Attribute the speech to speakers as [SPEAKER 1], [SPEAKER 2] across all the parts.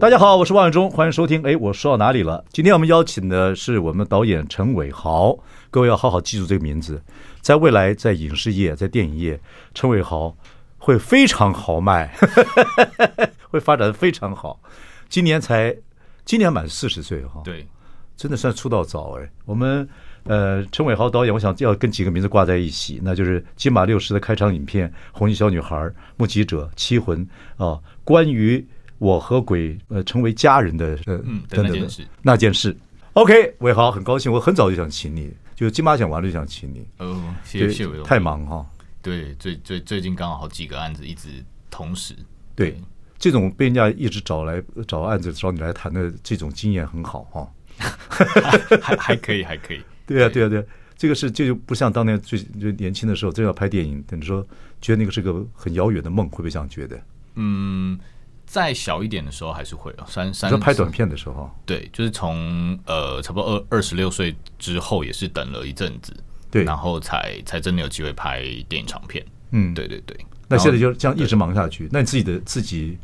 [SPEAKER 1] 大家好，我是王永忠，欢迎收听。哎，我说到哪里了？今天我们邀请的是我们导演陈伟豪，各位要好好记住这个名字，在未来，在影视业，在电影业，陈伟豪会非常豪迈， 会发展的非常好。今年才，今年满四十岁哈、
[SPEAKER 2] 对，
[SPEAKER 1] 真的算出道早哎。我们呃，陈伟豪导演，我想要跟几个名字挂在一起，那就是《金马六十》的开场影片《红衣小女孩》《目击者》《七魂》啊、关于我和鬼呃成为家人的呃、
[SPEAKER 2] 嗯
[SPEAKER 1] 等
[SPEAKER 2] 那
[SPEAKER 1] 等
[SPEAKER 2] 件
[SPEAKER 1] 的
[SPEAKER 2] 事
[SPEAKER 1] 那件事。OK，伟豪很高兴，我很早就想请你，就金马奖完了就想请你，
[SPEAKER 2] 哦，谢谢
[SPEAKER 1] 对
[SPEAKER 2] 谢谢伟，
[SPEAKER 1] 太。忙哈。
[SPEAKER 2] 对，最最最近刚好好几个案子一直同 时。
[SPEAKER 1] 对，这种被人家一直找来找案子找你来谈的这种经验很好哈、
[SPEAKER 2] 对，还还可以，还可以。
[SPEAKER 1] 对啊，对啊，对啊，这个是这就不像当年最就年轻的时候，真要拍电影，等于说觉得那个是个很遥远的梦，会不会这样觉得？
[SPEAKER 2] 嗯，再小一点的时候还是会哦，三
[SPEAKER 1] 你
[SPEAKER 2] 三
[SPEAKER 1] 说拍短片的时候，
[SPEAKER 2] 对，就是从呃差不多二二十六岁之后，也是等了一阵子，
[SPEAKER 1] 对
[SPEAKER 2] 然后才才真的有机会拍电影长片。
[SPEAKER 1] 嗯，
[SPEAKER 2] 对。对对，
[SPEAKER 1] 那现在
[SPEAKER 2] 然后
[SPEAKER 1] 就这样一直忙下去，那你自己的自己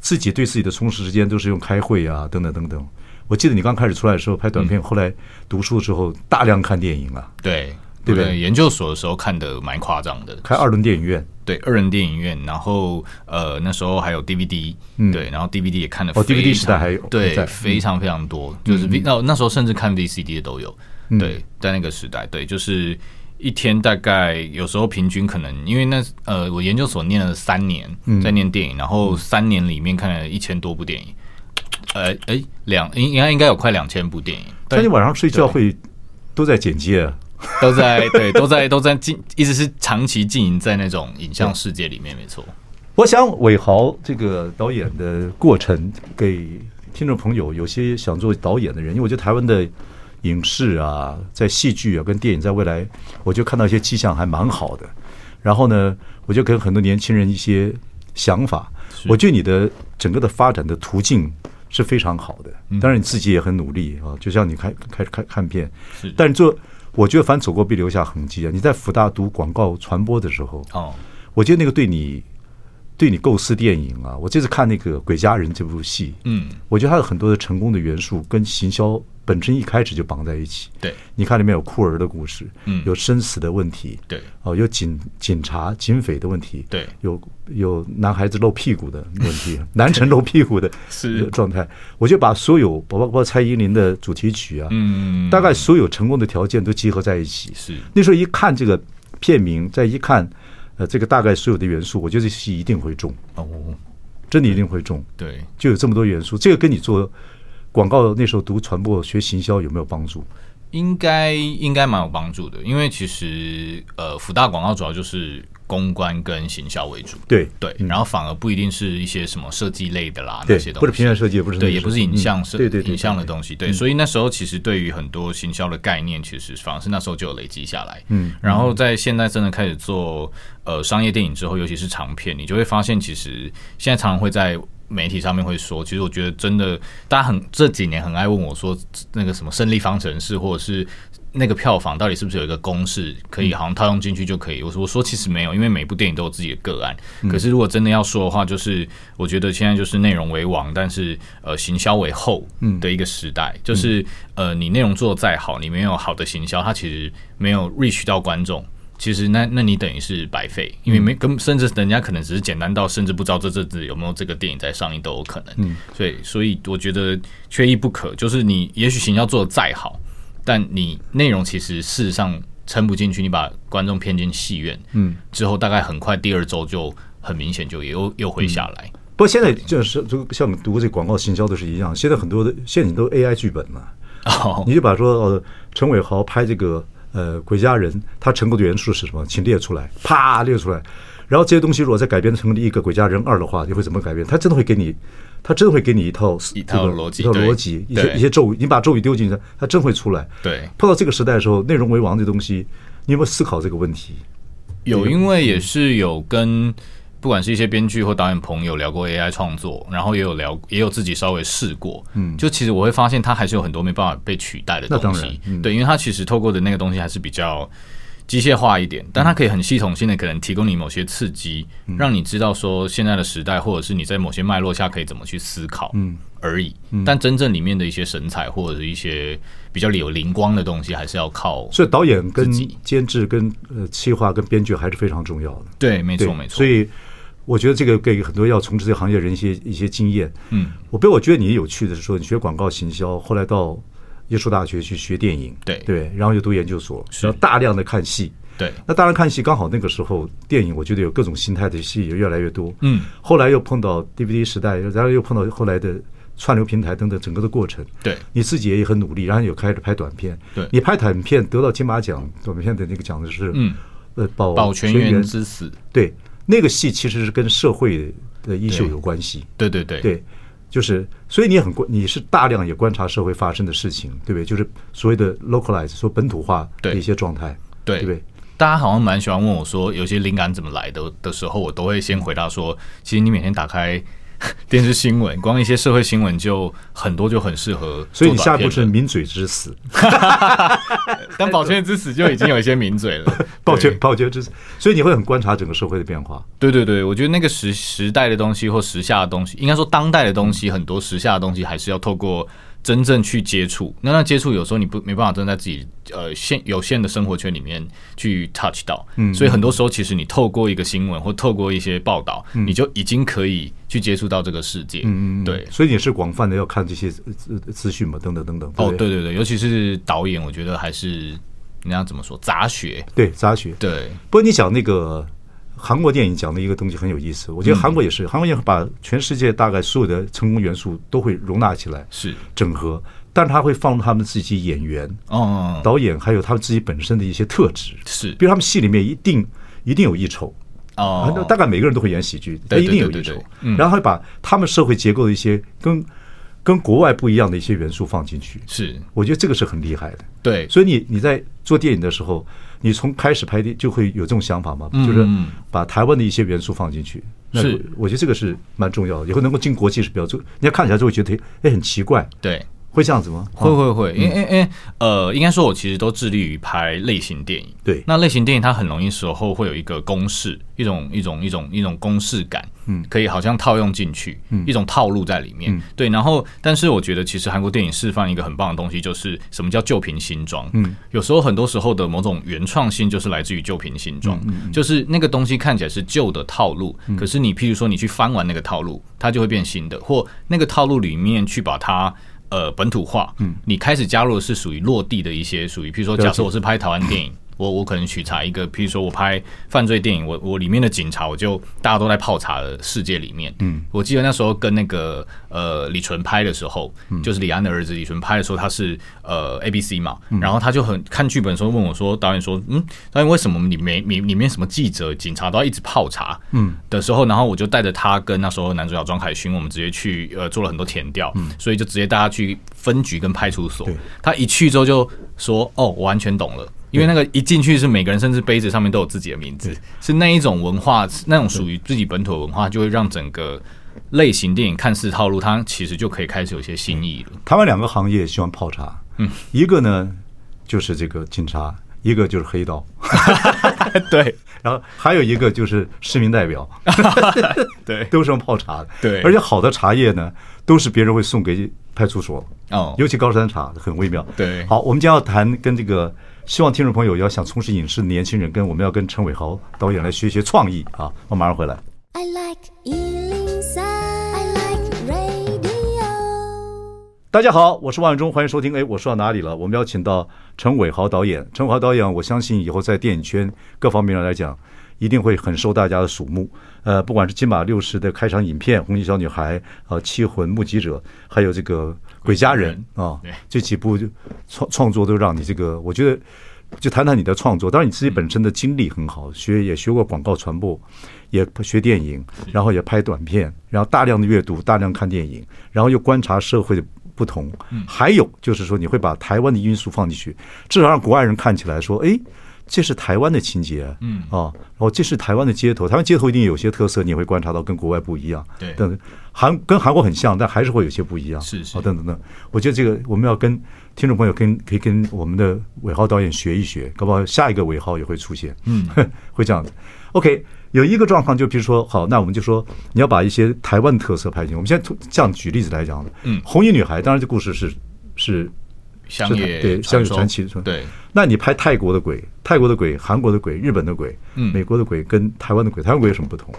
[SPEAKER 1] 自己对自己的充实时间都是用开会啊，等等等等。我记得你刚开始出来的时候拍短片，
[SPEAKER 2] 嗯
[SPEAKER 1] 后来读书的时候大量看电影啊，
[SPEAKER 2] 对
[SPEAKER 1] 对不对
[SPEAKER 2] 我在研究所的时候看的蛮夸张的，
[SPEAKER 1] 开二轮电影院。
[SPEAKER 2] 对二人电影院，然后呃那时候还有 DVD，、对，然后 DVD 也看了
[SPEAKER 1] 嗯哦 DVD
[SPEAKER 2] 非常
[SPEAKER 1] 时代还有
[SPEAKER 2] 对
[SPEAKER 1] 在嗯
[SPEAKER 2] 非常非常多，就是 V 那、那时候甚至看 VCD 的都有，对，在那个时代，对，就是一天大概有时候平均可能因为那呃我研究所念了三年，
[SPEAKER 1] 嗯
[SPEAKER 2] 在念电影，然后三年里面看了一千多部电影，呃哎两应应该应该有快两千部电影，
[SPEAKER 1] 但
[SPEAKER 2] 对
[SPEAKER 1] 你晚上睡觉会都在剪接啊，
[SPEAKER 2] 都在对都在都在进，一直是长期经营在那种影像世界里面，没错。
[SPEAKER 1] 我想伟豪这个导演的过程，给听众朋友有些想做导演的人，因为我觉得台湾的影视啊，在戏剧啊跟电影，在未来，我就看到一些迹象还蛮好的。然后呢，我就跟很多年轻人一些想法，我觉得你的整个的发展的途径是非常好的。当然你自己也很努力啊，就像你开开开看片
[SPEAKER 2] 是，
[SPEAKER 1] 但是做我觉得凡走过必留下痕迹啊。你在福大读广告传播的时候，
[SPEAKER 2] 哦，
[SPEAKER 1] 我觉得那个对你对你构思电影啊，我这次看那个《鬼家人》这部戏，
[SPEAKER 2] 嗯，
[SPEAKER 1] 我觉得它有很多的成功的元素跟行销本身一开始就绑在一起。
[SPEAKER 2] 对
[SPEAKER 1] 你看里面有酷儿的故事，
[SPEAKER 2] 嗯
[SPEAKER 1] 有生死的问题，
[SPEAKER 2] 对
[SPEAKER 1] 哦，有警警察、警匪的问题，
[SPEAKER 2] 对
[SPEAKER 1] 有有男孩子露屁股的问题， 男生露屁股的
[SPEAKER 2] 是
[SPEAKER 1] 状态。我就把所有，包括包括蔡依林的主题曲啊，
[SPEAKER 2] 嗯
[SPEAKER 1] 大概所有成功的条件都集合在一起。
[SPEAKER 2] 是
[SPEAKER 1] 那时候一看这个片名，再一看，呃，这个大概所有的元素，我觉得这戏一定会中，
[SPEAKER 2] 哦，
[SPEAKER 1] 真的一定会中，
[SPEAKER 2] 对，
[SPEAKER 1] 就有这么多元素。这个跟你做广告那时候读传播学行销有没有帮助？
[SPEAKER 2] 应该应该蛮有帮助的，因为其实呃，福大广告主要就是公关跟行销为主，
[SPEAKER 1] 对
[SPEAKER 2] 对，然后反而不一定是一些什么设计类的啦，
[SPEAKER 1] 对
[SPEAKER 2] 那些东
[SPEAKER 1] 不
[SPEAKER 2] 西，
[SPEAKER 1] 是平面设计也不是那
[SPEAKER 2] 对，
[SPEAKER 1] 个
[SPEAKER 2] 也
[SPEAKER 1] 设
[SPEAKER 2] 不是
[SPEAKER 1] 计
[SPEAKER 2] 影
[SPEAKER 1] 嗯
[SPEAKER 2] 像设
[SPEAKER 1] 对对对嗯
[SPEAKER 2] 影像的东西，对，所以那时候其实对于很多行销的概念，其实反而是那时候就有累积下来，
[SPEAKER 1] 嗯，
[SPEAKER 2] 然后在现在真的开始做呃商业电影之后，尤其是长片，你就会发现，其实现在常常会在。媒体上面会说，其实我觉得真的，大家很这几年很爱问我说，那个什么胜利方程式，或者是那个票房到底是不是有一个公式可以好像套用进去就可以？我说我说其实没有，因为每部电影都有自己的个案。可是如果真的要说的话，就是我觉得现在就是内容为王，但是呃行销为后的一个时代，就是呃你内容做的再好，你没有好的行销，它其实没有 reach 到观众。其实那那你等于是白费，因为没跟甚至人家可能只是简单到甚至不知道这阵子有没有这个电影在上映都有可能。嗯，所以所以我觉得缺一不可，就是你也许行销做的再好，但你内容其实事实上撑不进去，你把观众骗进戏院，嗯，之后大概很快第二周就很明显就又又会下来。
[SPEAKER 1] 不过现在就是就像你读这广告行销都是一样，现在很多的现在你都 AI 剧本了。
[SPEAKER 2] 哦，
[SPEAKER 1] 你就把说呃陈伟豪拍这个呃《鬼家人》，他成功的元素是什么？请列出来，啪列出来。然后这些东西如果再改编成一个《鬼家人二》的话，你会怎么改编？他真的会给你，他真的会给你一套
[SPEAKER 2] 一套
[SPEAKER 1] 这个
[SPEAKER 2] 逻辑
[SPEAKER 1] 一套
[SPEAKER 2] 对
[SPEAKER 1] 逻辑，一些
[SPEAKER 2] 对
[SPEAKER 1] 一些咒语，你把咒语丢进去，他真会出来。
[SPEAKER 2] 对，
[SPEAKER 1] 碰到这个时代的时候，内容为王这东西，你有没有思考这个问题？
[SPEAKER 2] 有，因为
[SPEAKER 1] 嗯
[SPEAKER 2] 也是有跟不管是一些编剧或导演朋友聊过 AI 创作，然后也有聊，也有自己稍微试过。嗯，就其实我会发现它还是有很多没办法被取代的
[SPEAKER 1] 那当
[SPEAKER 2] 东
[SPEAKER 1] 然
[SPEAKER 2] 西。
[SPEAKER 1] 嗯
[SPEAKER 2] 对，因为它其实透过的那个东西还是比较机械化一点，
[SPEAKER 1] 嗯
[SPEAKER 2] 但它可以很系统性的可能提供你某些刺激，让你知道说现在的时代，或者是你在某些脉络下可以怎么去思考。嗯。而已，但真正里面的一些神采或者是一些比较有灵光的东西，还是要靠
[SPEAKER 1] 所以导演跟
[SPEAKER 2] 自己
[SPEAKER 1] 监制、跟呃企划、跟编剧还是非常重要的。
[SPEAKER 2] 对，没
[SPEAKER 1] 对，
[SPEAKER 2] 错，没错
[SPEAKER 1] 所。以我觉得这个给很多要从事这个行业的人一些一些经验。
[SPEAKER 2] 嗯，
[SPEAKER 1] 我被我觉得你有趣的是说，你学广告行销，后来到耶稣大学去学电影，
[SPEAKER 2] 对
[SPEAKER 1] 对，然后又读研究所，然后大量的看戏。
[SPEAKER 2] 对，
[SPEAKER 1] 那当然看戏，刚好那个时候电影，我觉得有各种形态的戏也越来越多。
[SPEAKER 2] 嗯，
[SPEAKER 1] 后来又碰到 DVD 时代，然后又碰到后来的串流平台等等，整个的过程。
[SPEAKER 2] 对
[SPEAKER 1] 你自己也很努力，然后有开始拍短片。
[SPEAKER 2] 对
[SPEAKER 1] 你拍短片得到金马奖短片的那个奖的是，
[SPEAKER 2] 嗯，
[SPEAKER 1] 呃，保
[SPEAKER 2] 保全
[SPEAKER 1] 员
[SPEAKER 2] 员之死，
[SPEAKER 1] 对，那个戏其实是跟社会的衣袖
[SPEAKER 2] 对
[SPEAKER 1] 有关系。
[SPEAKER 2] 对对对，
[SPEAKER 1] 对，就是所以你也很关，你是大量也观察社会发生的事情，对不对？就是所谓的 localize，说本土化的
[SPEAKER 2] 对
[SPEAKER 1] 一些状态，
[SPEAKER 2] 对
[SPEAKER 1] 对不对？
[SPEAKER 2] 大家好像蛮喜欢问我说，有些灵感怎么来的的时候，我都会先回答说，其实你每天打开 电视新闻，光一些社会新闻就很多就很适合
[SPEAKER 1] 所
[SPEAKER 2] 做短片了。
[SPEAKER 1] 以你下一步是抿嘴之死，，
[SPEAKER 2] 但保全之死就已经有一些抿嘴了
[SPEAKER 1] 抱
[SPEAKER 2] 对
[SPEAKER 1] 歉，抱歉之死，所以你会很观察整个社会的变化。
[SPEAKER 2] 对对对，我觉得那个时时代的东西或时下的东西，应该说当代的东西，很多时下的东西还是要透过真正去接触。那那接触有时候你不没办法真的在自己呃限有限的生活圈里面去 touch 到，所以很多时候其实你透过一个新闻或透过一些报道，你就已经可以去接触到这个世界。嗯对。
[SPEAKER 1] 所以你是广泛的要看这些呃资资讯嘛，等等等等。
[SPEAKER 2] 哦，
[SPEAKER 1] 不
[SPEAKER 2] 对对对，尤其是导演，我觉得还是人家怎么说杂学，
[SPEAKER 1] 对，杂学。
[SPEAKER 2] 对
[SPEAKER 1] 不过你讲那个韩国电影讲的一个东西很有意思，我觉得韩国也是，韩国也把全世界大概所有的成功元素都会容纳起来，
[SPEAKER 2] 是，
[SPEAKER 1] 整合，但是他会放入他们自己演员、
[SPEAKER 2] 哦，
[SPEAKER 1] 导演还有他们自己本身的一些特质，
[SPEAKER 2] 是
[SPEAKER 1] 比如他们戏里面一定一定有一丑。
[SPEAKER 2] 哦
[SPEAKER 1] 那，大概每个人都会演喜剧，他
[SPEAKER 2] 对
[SPEAKER 1] 一定有
[SPEAKER 2] 对
[SPEAKER 1] 一
[SPEAKER 2] 对
[SPEAKER 1] 丑
[SPEAKER 2] 对，嗯
[SPEAKER 1] 然后会把他们社会结构的一些跟跟国外不一样的一些元素放进去，
[SPEAKER 2] 是
[SPEAKER 1] 我觉得这个是很厉害的。
[SPEAKER 2] 对，
[SPEAKER 1] 所以你你在做电影的时候，你从开始拍电就会有这种想法吗？
[SPEAKER 2] 嗯
[SPEAKER 1] 就是
[SPEAKER 2] 嗯
[SPEAKER 1] 把台湾的一些元素放进去。那
[SPEAKER 2] 是
[SPEAKER 1] 我觉得这个是蛮重要的，以后能够进国际是比较重。人家看起来就会觉得，哎，很奇怪，
[SPEAKER 2] 对。
[SPEAKER 1] 会这样子吗？啊
[SPEAKER 2] 会会会，因为因为因为呃，应该说，我其实都致力于拍类型电影。
[SPEAKER 1] 对
[SPEAKER 2] 那类型电影它很容易时候会有一个公式，一种一种一种一种公式感，嗯，可以好像套用进去，嗯，一种套路在里面。对，然后但是我觉得其实韩国电影示范一个很棒的东西，就是什么叫旧瓶新装。嗯，有时候很多时候的某种原创性就是来自于旧瓶新装，就是那个东西看起来是旧的套路，可是你譬如说你去翻完那个套路，它就会变新的，或那个套路里面去把它。呃本土化，嗯，你开始加入的是属于落地的一些属于，譬如说，
[SPEAKER 1] 了解
[SPEAKER 2] 假设我是拍台湾电影。我我可能取材一个，譬如说我拍犯罪电影，我我里面的警察，我就大家都在泡茶的世界里面。嗯，我记得那时候跟那个呃李纯拍的时候，就是李安的儿子李纯拍的时候，他是呃 A B C 嘛，然后他就很看剧本的时候问我说，导演说，嗯，导演为什么里面里里面什么记者、警察都要一直泡茶？嗯，的时候，然后我就带着他跟那时候男主角庄凯勋，我们直接去呃做了很多填调，所以就直接带他去分局跟派出所
[SPEAKER 1] 对。
[SPEAKER 2] 他一去之后就说：“哦，我完全懂了。”因为那个一进去是每个人，甚至杯子上面都有自己的名字，是那一种文化，那种属于自己本土的文化，就会让整个类型电影看似套路，它其实就可以开始有一些新意了。
[SPEAKER 1] 台湾两个行业喜欢泡茶，嗯，一个呢就是这个警察，一个就是黑道， 嗯
[SPEAKER 2] 对
[SPEAKER 1] 然后还有一个就是市民代表，
[SPEAKER 2] 对
[SPEAKER 1] 都是用泡茶的。
[SPEAKER 2] 对
[SPEAKER 1] 而且好的茶叶呢，都是别人会送给派出所。
[SPEAKER 2] 哦
[SPEAKER 1] 尤其高山茶很微妙。
[SPEAKER 2] 对
[SPEAKER 1] 好，我们今天要谈跟这个，希望听众朋友要想从事影视的年轻人，跟我们要跟陈伟豪导演来学一学创意啊。我马上回来。
[SPEAKER 3] I like Ealing Sound. I like radio.
[SPEAKER 1] 大家好，我是万永忠，欢迎收听。哎，我说到哪里了？我们邀请到陈伟豪导演。陈伟豪导演，我相信以后在电影圈各方面来讲，一定会很受大家的瞩目。呃，不管是金马六十的开场影片《红衣小女孩》啊，《七魂》《目击者》，还有这个《鬼家人》啊
[SPEAKER 2] 对，
[SPEAKER 1] 这几部就创创作都让你这个，我觉得就谈谈你的创作。当然，你自己本身的经历很好，学也学过广告传播，也学电影，然后也拍短片，然后大量的阅读，大量看电影，然后又观察社会的不同。
[SPEAKER 2] 嗯
[SPEAKER 1] 还有就是说，你会把台湾的因素放进去，至少让国外人看起来说，哎。这是台湾的情节，嗯啊，然后这是台湾的街头，台湾街头一定有些特色，你也会观察到跟国外不一样。
[SPEAKER 2] 对
[SPEAKER 1] 但韩跟韩国很像，但还是会有些不一样。
[SPEAKER 2] 是是
[SPEAKER 1] 啊，等等等，我觉得这个我们要跟听众朋友跟可以跟我们的尾号导演学一学，搞不好下一个尾号也会出现。嗯， 会这样子。OK，有一个状况就比如说，好，那我们就说你要把一些台湾特色拍进。去。我们现在这样举例子来讲，
[SPEAKER 2] 嗯
[SPEAKER 1] 红衣女孩当然这故事是是
[SPEAKER 2] 乡
[SPEAKER 1] 是
[SPEAKER 2] 野
[SPEAKER 1] 对乡野
[SPEAKER 2] 说
[SPEAKER 1] 传奇是吧
[SPEAKER 2] 对，
[SPEAKER 1] 那你拍泰国的鬼、泰国的鬼、韩国的鬼、日本的鬼、
[SPEAKER 2] 嗯
[SPEAKER 1] 美国的鬼跟台湾的鬼，台湾鬼有什么不同？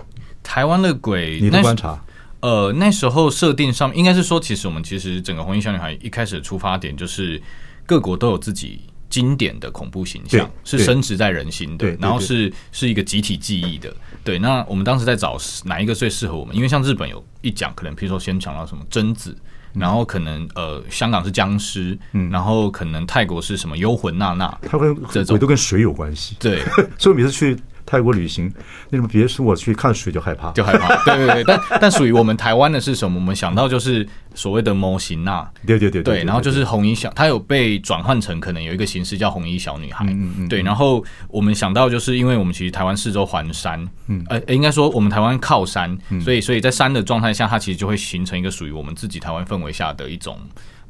[SPEAKER 2] 台湾的鬼，
[SPEAKER 1] 你的
[SPEAKER 2] 那
[SPEAKER 1] 观察，
[SPEAKER 2] 呃，那时候设定上面应该是说，其实我们其实整个《红衣小女孩》一开始的出发点就是各国都有自己经典的恐怖形象，
[SPEAKER 1] 对
[SPEAKER 2] 是
[SPEAKER 1] 对
[SPEAKER 2] 深植在人心的
[SPEAKER 1] 对对，
[SPEAKER 2] 然后是是一个集体记忆的。对，那我们当时在找哪一个最适合我们？因为像日本有一讲，可能譬如说先讲到什么贞子。
[SPEAKER 1] 嗯
[SPEAKER 2] 然后可能呃，香港是僵尸，然后可能泰国是什么幽魂娜娜，
[SPEAKER 1] 它跟
[SPEAKER 2] 这
[SPEAKER 1] 鬼
[SPEAKER 2] 种
[SPEAKER 1] 都跟水有关系。
[SPEAKER 2] 对，
[SPEAKER 1] 所以我每次去泰国旅行，那种别说我去看水就害怕。
[SPEAKER 2] 就害怕。对对对，但 但属于我们台湾的是什么？我们想到就是所谓的模型娜，
[SPEAKER 1] 对对对
[SPEAKER 2] 对，然后就是红衣小，它有被转换成可能有一个形式叫红衣小女孩。对，然后我们想到就是因为我们其实台湾四周环山，嗯，呃，应该说我们台湾靠山，所以所以在山的状态下，它其实就会形成一个属于我们自己台湾氛围下的一种。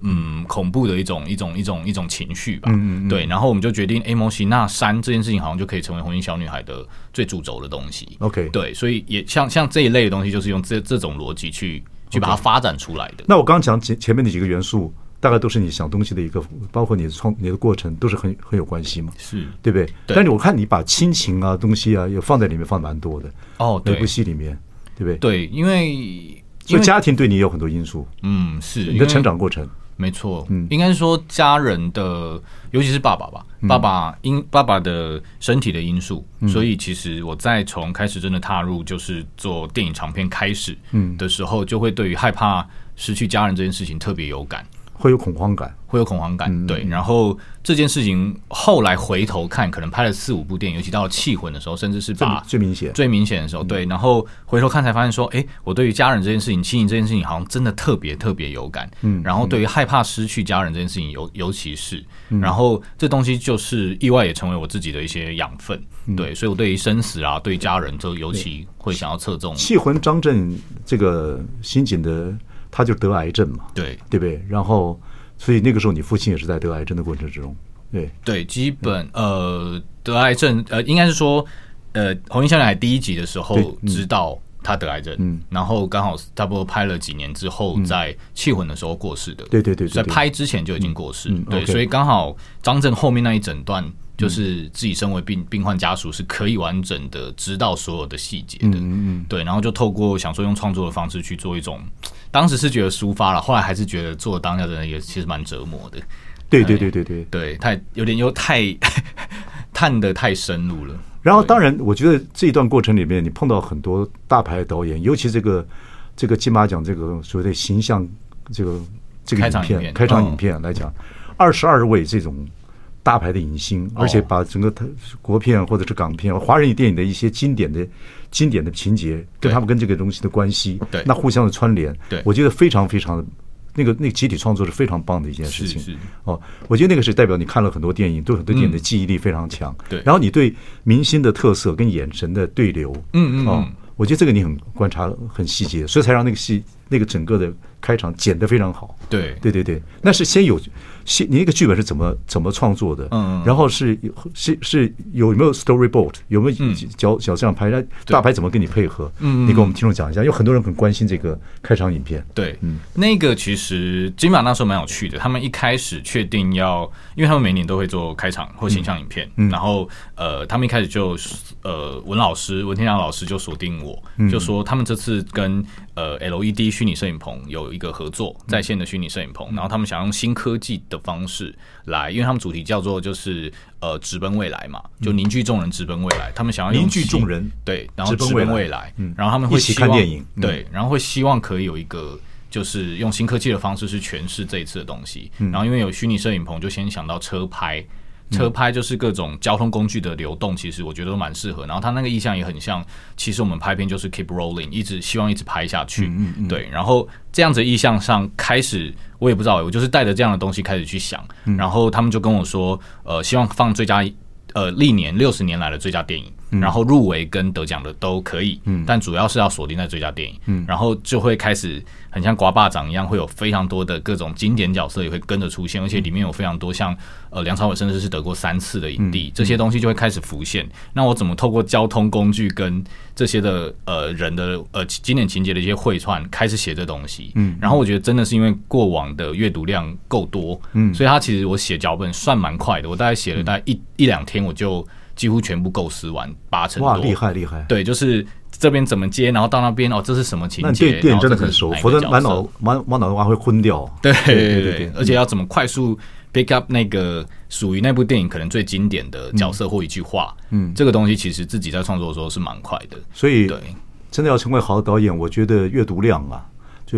[SPEAKER 2] 嗯，恐怖的一种一种一种一种情绪吧，嗯嗯对，然后我们就决定，哎，摩西那山这件事情好像就可以成为红衣小女孩的最主轴的东西。
[SPEAKER 1] OK。
[SPEAKER 2] 对，所以也像像这一类的东西，就是用这这种逻辑去去把它发展出来的。
[SPEAKER 1] 那我刚讲前前面的几个元素，大概都是你想东西的一个，包括你的创你的过程，都是很很有关系嘛，
[SPEAKER 2] 是
[SPEAKER 1] 对不对？
[SPEAKER 2] 对
[SPEAKER 1] 但是我看你把亲情啊东西啊也放在里面，放得蛮多的。
[SPEAKER 2] 哦，
[SPEAKER 1] 每
[SPEAKER 2] 对
[SPEAKER 1] 部戏里面，对不对？。
[SPEAKER 2] 对，因
[SPEAKER 1] 所
[SPEAKER 2] 为
[SPEAKER 1] 以
[SPEAKER 2] 因为
[SPEAKER 1] 家庭对你也有很多因素，
[SPEAKER 2] 嗯是
[SPEAKER 1] 你
[SPEAKER 2] 因
[SPEAKER 1] 的
[SPEAKER 2] 为
[SPEAKER 1] 成长过嗯程。
[SPEAKER 2] 没错，应该是说家人的，尤其是爸爸吧，
[SPEAKER 1] 嗯
[SPEAKER 2] 爸爸因爸爸的身体的因素，所以其实我在从开始真的踏入就是做电影长片开始
[SPEAKER 1] 嗯
[SPEAKER 2] 的时候，就会对于害怕失去家人这件事情特别有感。
[SPEAKER 1] 会有恐慌感。
[SPEAKER 2] 会有恐慌感，
[SPEAKER 1] 嗯
[SPEAKER 2] 对。然后这件事情后来回头看，可能拍了四五部电影，尤其到了《气魂》的时候，甚至是
[SPEAKER 1] 最
[SPEAKER 2] 把
[SPEAKER 1] 最明显
[SPEAKER 2] 最明显的时候，啊
[SPEAKER 1] 嗯
[SPEAKER 2] 对。然后回头看才发现说，哎，我对于家人这件事情、亲情这件事情，好像真的特别特别有感。嗯。然后对于害怕失去家人这件事情，尤尤其是，
[SPEAKER 1] 嗯
[SPEAKER 2] 然后这东西就是意外也成为我自己的一些养分，
[SPEAKER 1] 嗯
[SPEAKER 2] 对。所以我对于生死啊，对于家人，就尤其会想要侧重，
[SPEAKER 1] 气魂张震这个新井的，他就得癌症嘛，
[SPEAKER 2] 对。
[SPEAKER 1] 对不对？然后，所以那个时候你父亲也是在得癌症的过程之中，对，
[SPEAKER 2] 对，基本
[SPEAKER 1] 嗯
[SPEAKER 2] 呃得癌症呃，应该是说呃《红衣小女孩》第一集的时候
[SPEAKER 1] 对嗯
[SPEAKER 2] 知道她得癌症，
[SPEAKER 1] 嗯
[SPEAKER 2] 然后刚好差不多拍了几年之后，在《气魂》的时候过世的，
[SPEAKER 1] 对对对对
[SPEAKER 2] 在
[SPEAKER 1] 对
[SPEAKER 2] 拍之前就已经过世，
[SPEAKER 1] 嗯嗯
[SPEAKER 2] 对，
[SPEAKER 1] OK
[SPEAKER 2] 所以刚好张震后面那一整段。就是自己身为病病患家属是可以完整的知道所有的细节的，
[SPEAKER 1] 嗯
[SPEAKER 2] 对，然后就透过想说用创作的方式去做一种，当时是觉得抒发了，后来还是觉得做当下真的也其实蛮折磨的，
[SPEAKER 1] 对对对对对。
[SPEAKER 2] 对，太有点又太 探的太深入了。
[SPEAKER 1] 然后，当然，我觉得这一段过程里面，你碰到很多大牌的导演，尤其这个这个金马奖这个所谓的形象，这个这个
[SPEAKER 2] 开
[SPEAKER 1] 影
[SPEAKER 2] 场影
[SPEAKER 1] 片
[SPEAKER 2] 片
[SPEAKER 1] 开场
[SPEAKER 2] 嗯
[SPEAKER 1] 影片来讲，二十二位这种大牌的影星，而
[SPEAKER 2] 哦
[SPEAKER 1] 且把整个他国片或者是港片、华人电影的一些经典的经典的情节，跟
[SPEAKER 2] 对
[SPEAKER 1] 他们跟这个东西的关系，
[SPEAKER 2] 对
[SPEAKER 1] 那互相的串联，
[SPEAKER 2] 对
[SPEAKER 1] 我觉得非常非常的那个那个集体创作是非常棒的一件事
[SPEAKER 2] 是
[SPEAKER 1] 情。
[SPEAKER 2] 是
[SPEAKER 1] 哦，我觉得那个是代表你看了很多电影，对很多电影的记忆力非常强。
[SPEAKER 2] 嗯对
[SPEAKER 1] 然后你对明星的特色跟眼神的对流，
[SPEAKER 2] 嗯嗯
[SPEAKER 1] 哦
[SPEAKER 2] 嗯，
[SPEAKER 1] 我觉得这个你很观察很细节，所以才让那个戏那个整个的开场剪得非常好。
[SPEAKER 2] 对
[SPEAKER 1] 对对对，那是先有先你那个剧本是怎么怎么创作的？
[SPEAKER 2] 嗯嗯
[SPEAKER 1] 然后是有是是有没有 storyboard，有没
[SPEAKER 2] 嗯
[SPEAKER 1] 有脚脚这样拍？那大牌怎么跟你配合？嗯，你给我们听众讲一下，有很多人很关心这个开场影片。
[SPEAKER 2] 对，那个其实金马那时候蛮有趣的，他们一开始确定要，因为他们每年都会做开场或形象影片，
[SPEAKER 1] 嗯
[SPEAKER 2] 然后呃，他们一开始就呃文老师文天祥老师就锁定我，
[SPEAKER 1] 嗯
[SPEAKER 2] 就说他们这次跟呃 LED 虚拟摄影棚有一个合作，
[SPEAKER 1] 嗯
[SPEAKER 2] 在线的虚拟摄影棚，然后他们想用新科技的方式来，因为他们主题叫做就是呃直奔未来嘛，就凝聚众人直奔未来，他们想要
[SPEAKER 1] 嗯
[SPEAKER 2] 用
[SPEAKER 1] 凝聚
[SPEAKER 2] 新
[SPEAKER 1] 众人
[SPEAKER 2] 对，然后
[SPEAKER 1] 直奔
[SPEAKER 2] 直
[SPEAKER 1] 未
[SPEAKER 2] 奔
[SPEAKER 1] 来
[SPEAKER 2] 未来
[SPEAKER 1] 嗯，
[SPEAKER 2] 然后他们会
[SPEAKER 1] 一起
[SPEAKER 2] 希
[SPEAKER 1] 看
[SPEAKER 2] 望
[SPEAKER 1] 电影嗯
[SPEAKER 2] 对。对，然后会希望可以有一个。就是
[SPEAKER 1] 嗯
[SPEAKER 2] 用新科技的方式去诠释这一次的东西，然后因为有虚拟摄影棚，就先想到车拍，车拍就是各种交通工具的流动，其实我觉得都蛮适合。然后它那个意象也很像，其实我们拍片就是 keep rolling，一直希望一直拍下去。
[SPEAKER 1] 嗯嗯
[SPEAKER 2] 对，然后这样子意向上开始，我也不知道欸、我就是带着这样的东西开始去想，
[SPEAKER 1] 嗯
[SPEAKER 2] 然后他们就跟我说，呃，希望放最佳。呃，历年六十年来的最佳电影，然后入围跟得奖的都可以，但主要是要锁定在最佳电影，然后就会开始很像刮巴掌一样，会有非常多的各种经典角色也会跟着出现，而且里面有非常多像呃梁朝伟甚至是得过三次的影帝，这些东西就会开始浮现。那我怎么透过交通工具跟这些的呃人的呃经典情节的一些汇串，开始写这东西？嗯，然后我觉得真的是因为过往的阅读量够多，嗯，所以他其实我写脚本算蛮快的，我大概写
[SPEAKER 1] 嗯
[SPEAKER 2] 了大概一、一两天，我就几乎全部构思完八成
[SPEAKER 1] 哇，
[SPEAKER 2] 多，
[SPEAKER 1] 厉害厉害。
[SPEAKER 2] 对，就是这边怎么接，然后到那边哦，这是什么情
[SPEAKER 1] 那你
[SPEAKER 2] 节？
[SPEAKER 1] 对电影
[SPEAKER 2] 然后
[SPEAKER 1] 真的
[SPEAKER 2] 这
[SPEAKER 1] 很
[SPEAKER 2] 是
[SPEAKER 1] 熟，
[SPEAKER 2] 哪一
[SPEAKER 1] 否
[SPEAKER 2] 个
[SPEAKER 1] 则
[SPEAKER 2] 角
[SPEAKER 1] 满
[SPEAKER 2] 色
[SPEAKER 1] 脑满满脑瓜会昏掉。
[SPEAKER 2] 对对
[SPEAKER 1] 对
[SPEAKER 2] 对
[SPEAKER 1] 对，
[SPEAKER 2] 而且要怎么快速 pick up 那个属于那部电影可能最经典的角色或一句话，嗯，这个东西其实自己在创作的时候是蛮快的，
[SPEAKER 1] 所以
[SPEAKER 2] 对，
[SPEAKER 1] 真的要成为好的导演，我觉得阅读量啊，就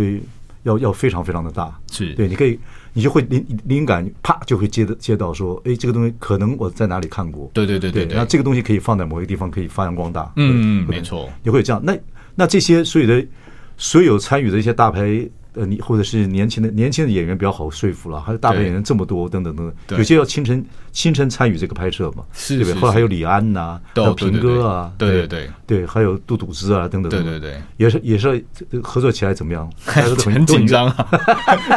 [SPEAKER 1] 要要非常非常的大。
[SPEAKER 2] 是
[SPEAKER 1] 对，你可以，你就会灵灵感啪就会接的接到说，哎，这个东西可能我在哪里看过。
[SPEAKER 2] 对对对对
[SPEAKER 1] 对，
[SPEAKER 2] 对，
[SPEAKER 1] 那这个东西可以放在某一个地方，可以发扬光大。
[SPEAKER 2] 嗯嗯
[SPEAKER 1] 会
[SPEAKER 2] 没错，
[SPEAKER 1] 你会有这样。那那这些所有的所有参与的一些大牌。呃，你或者是年轻的年轻的演员比较好说服了，还有大牌
[SPEAKER 2] 对
[SPEAKER 1] 演员这么多，等等等
[SPEAKER 2] 对
[SPEAKER 1] 等，有些要亲身亲身参与这个拍摄嘛，
[SPEAKER 2] 是
[SPEAKER 1] 对不
[SPEAKER 2] 是
[SPEAKER 1] 对？后来还
[SPEAKER 2] 是
[SPEAKER 1] 有李安呐、还
[SPEAKER 2] 对
[SPEAKER 1] 有
[SPEAKER 2] 对
[SPEAKER 1] 平
[SPEAKER 2] 对
[SPEAKER 1] 哥啊，
[SPEAKER 2] 对对对
[SPEAKER 1] 对对，还有杜笃之啊，等等
[SPEAKER 2] 对
[SPEAKER 1] 等等，
[SPEAKER 2] 对对，
[SPEAKER 1] 也是也是呃合作起来怎么样？大家都
[SPEAKER 2] 很紧。张啊，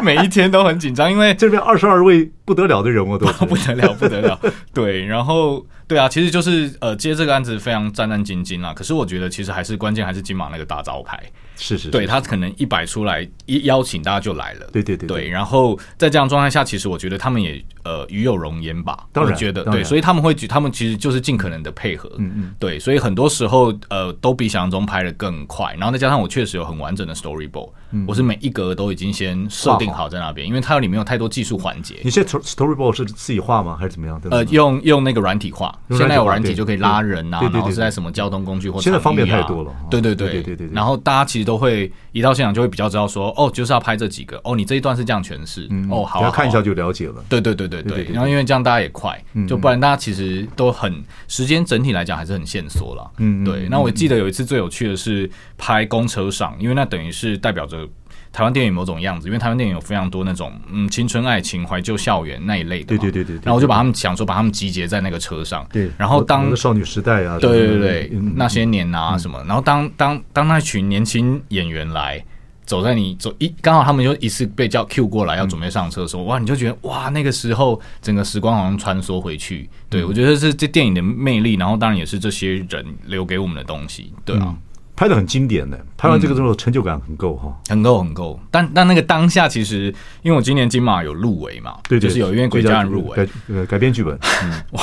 [SPEAKER 2] 每一天都很紧张，因为
[SPEAKER 1] 这边二十二位不得了的人物 都
[SPEAKER 2] 不得了，不得了。对，然后对啊，其实就是呃接这个案子非常战战兢兢啦。可是我觉得其实还是关键还是金马那个大招牌，
[SPEAKER 1] 是是，是
[SPEAKER 2] 对他可能一摆出来一邀请大家就来了。
[SPEAKER 1] 对对对
[SPEAKER 2] 对，然后在这样状态下，其实我觉得他们也呃与有容焉吧，
[SPEAKER 1] 当然
[SPEAKER 2] 我觉得
[SPEAKER 1] 当然
[SPEAKER 2] 对，所以他们会举，他们其实就是尽可能的配合，嗯嗯，对，所以很多时候呃都比想象中拍的更快，然后再加上我确实有很完整的 storyboard，、我是每一格都已经先设定
[SPEAKER 1] 嗯画好
[SPEAKER 2] 好在那边，因为它里面有太多技术环节，
[SPEAKER 1] 你现在 storyboard 是自己画吗？还是怎么样？等等
[SPEAKER 2] 呃，
[SPEAKER 1] 等
[SPEAKER 2] 用用那个软体化，
[SPEAKER 1] 用软体化
[SPEAKER 2] 现在有软体
[SPEAKER 1] 对
[SPEAKER 2] 就可以拉人啊，
[SPEAKER 1] 对对对
[SPEAKER 2] 然后
[SPEAKER 1] 对
[SPEAKER 2] 是在什么交通工具或
[SPEAKER 1] 现在
[SPEAKER 2] 场域
[SPEAKER 1] 方
[SPEAKER 2] 啊
[SPEAKER 1] 便太多了
[SPEAKER 2] 对对
[SPEAKER 1] 对
[SPEAKER 2] 对
[SPEAKER 1] 对对对对
[SPEAKER 2] 然后大家其实都会一到现场就会比较知道说，哦，就是要拍这几个，哦，你这一段是这样诠释，哦，好啊，
[SPEAKER 1] 大嗯家看一
[SPEAKER 2] 好
[SPEAKER 1] 下
[SPEAKER 2] 啊。
[SPEAKER 1] 就了解了。
[SPEAKER 2] 对对对
[SPEAKER 1] 对
[SPEAKER 2] 对
[SPEAKER 1] 对
[SPEAKER 2] 对，
[SPEAKER 1] 对嗯
[SPEAKER 2] 然后因为这样大家也快，就不然大家其实都很时间整体来讲还是很线索了。
[SPEAKER 1] 嗯嗯
[SPEAKER 2] 对。那我记得有一次最有趣的是拍公车上，因为那等于是代表着台湾电影某种样子，因为台湾电影有非常多那种嗯青春爱情、怀旧校园那一类的
[SPEAKER 1] 对
[SPEAKER 2] 嘛。
[SPEAKER 1] 对对对对
[SPEAKER 2] 然后我就把他们想说把他们集结在那个车上，
[SPEAKER 1] 对，
[SPEAKER 2] 然后
[SPEAKER 1] 我
[SPEAKER 2] 当
[SPEAKER 1] 的少女时代啊，
[SPEAKER 2] 对
[SPEAKER 1] 什
[SPEAKER 2] 对
[SPEAKER 1] 么的
[SPEAKER 2] 对，
[SPEAKER 1] 嗯
[SPEAKER 2] 那些年啊什么，然后当当当那群年轻演员来走在你走一，刚好他们就一次被叫 Q 过来要准备上车的
[SPEAKER 1] 嗯
[SPEAKER 2] 时候，哇，你就觉得哇，那个时候整个时光好像穿梭回去。
[SPEAKER 1] 嗯
[SPEAKER 2] 对我觉得是这电影的魅力，然后当然也是这些人留给我们的东西，对啊，
[SPEAKER 1] 拍的很经典
[SPEAKER 2] 嗯
[SPEAKER 1] 的，拍完这个之后成就感很够哈。
[SPEAKER 2] 很够很够。但但那个当下，其实因为我今年金马有入围嘛，
[SPEAKER 1] 对对，
[SPEAKER 2] 就是有因为《鬼
[SPEAKER 1] 最
[SPEAKER 2] 家
[SPEAKER 1] 佳
[SPEAKER 2] 人》入哎围，
[SPEAKER 1] 改呃改编剧 本，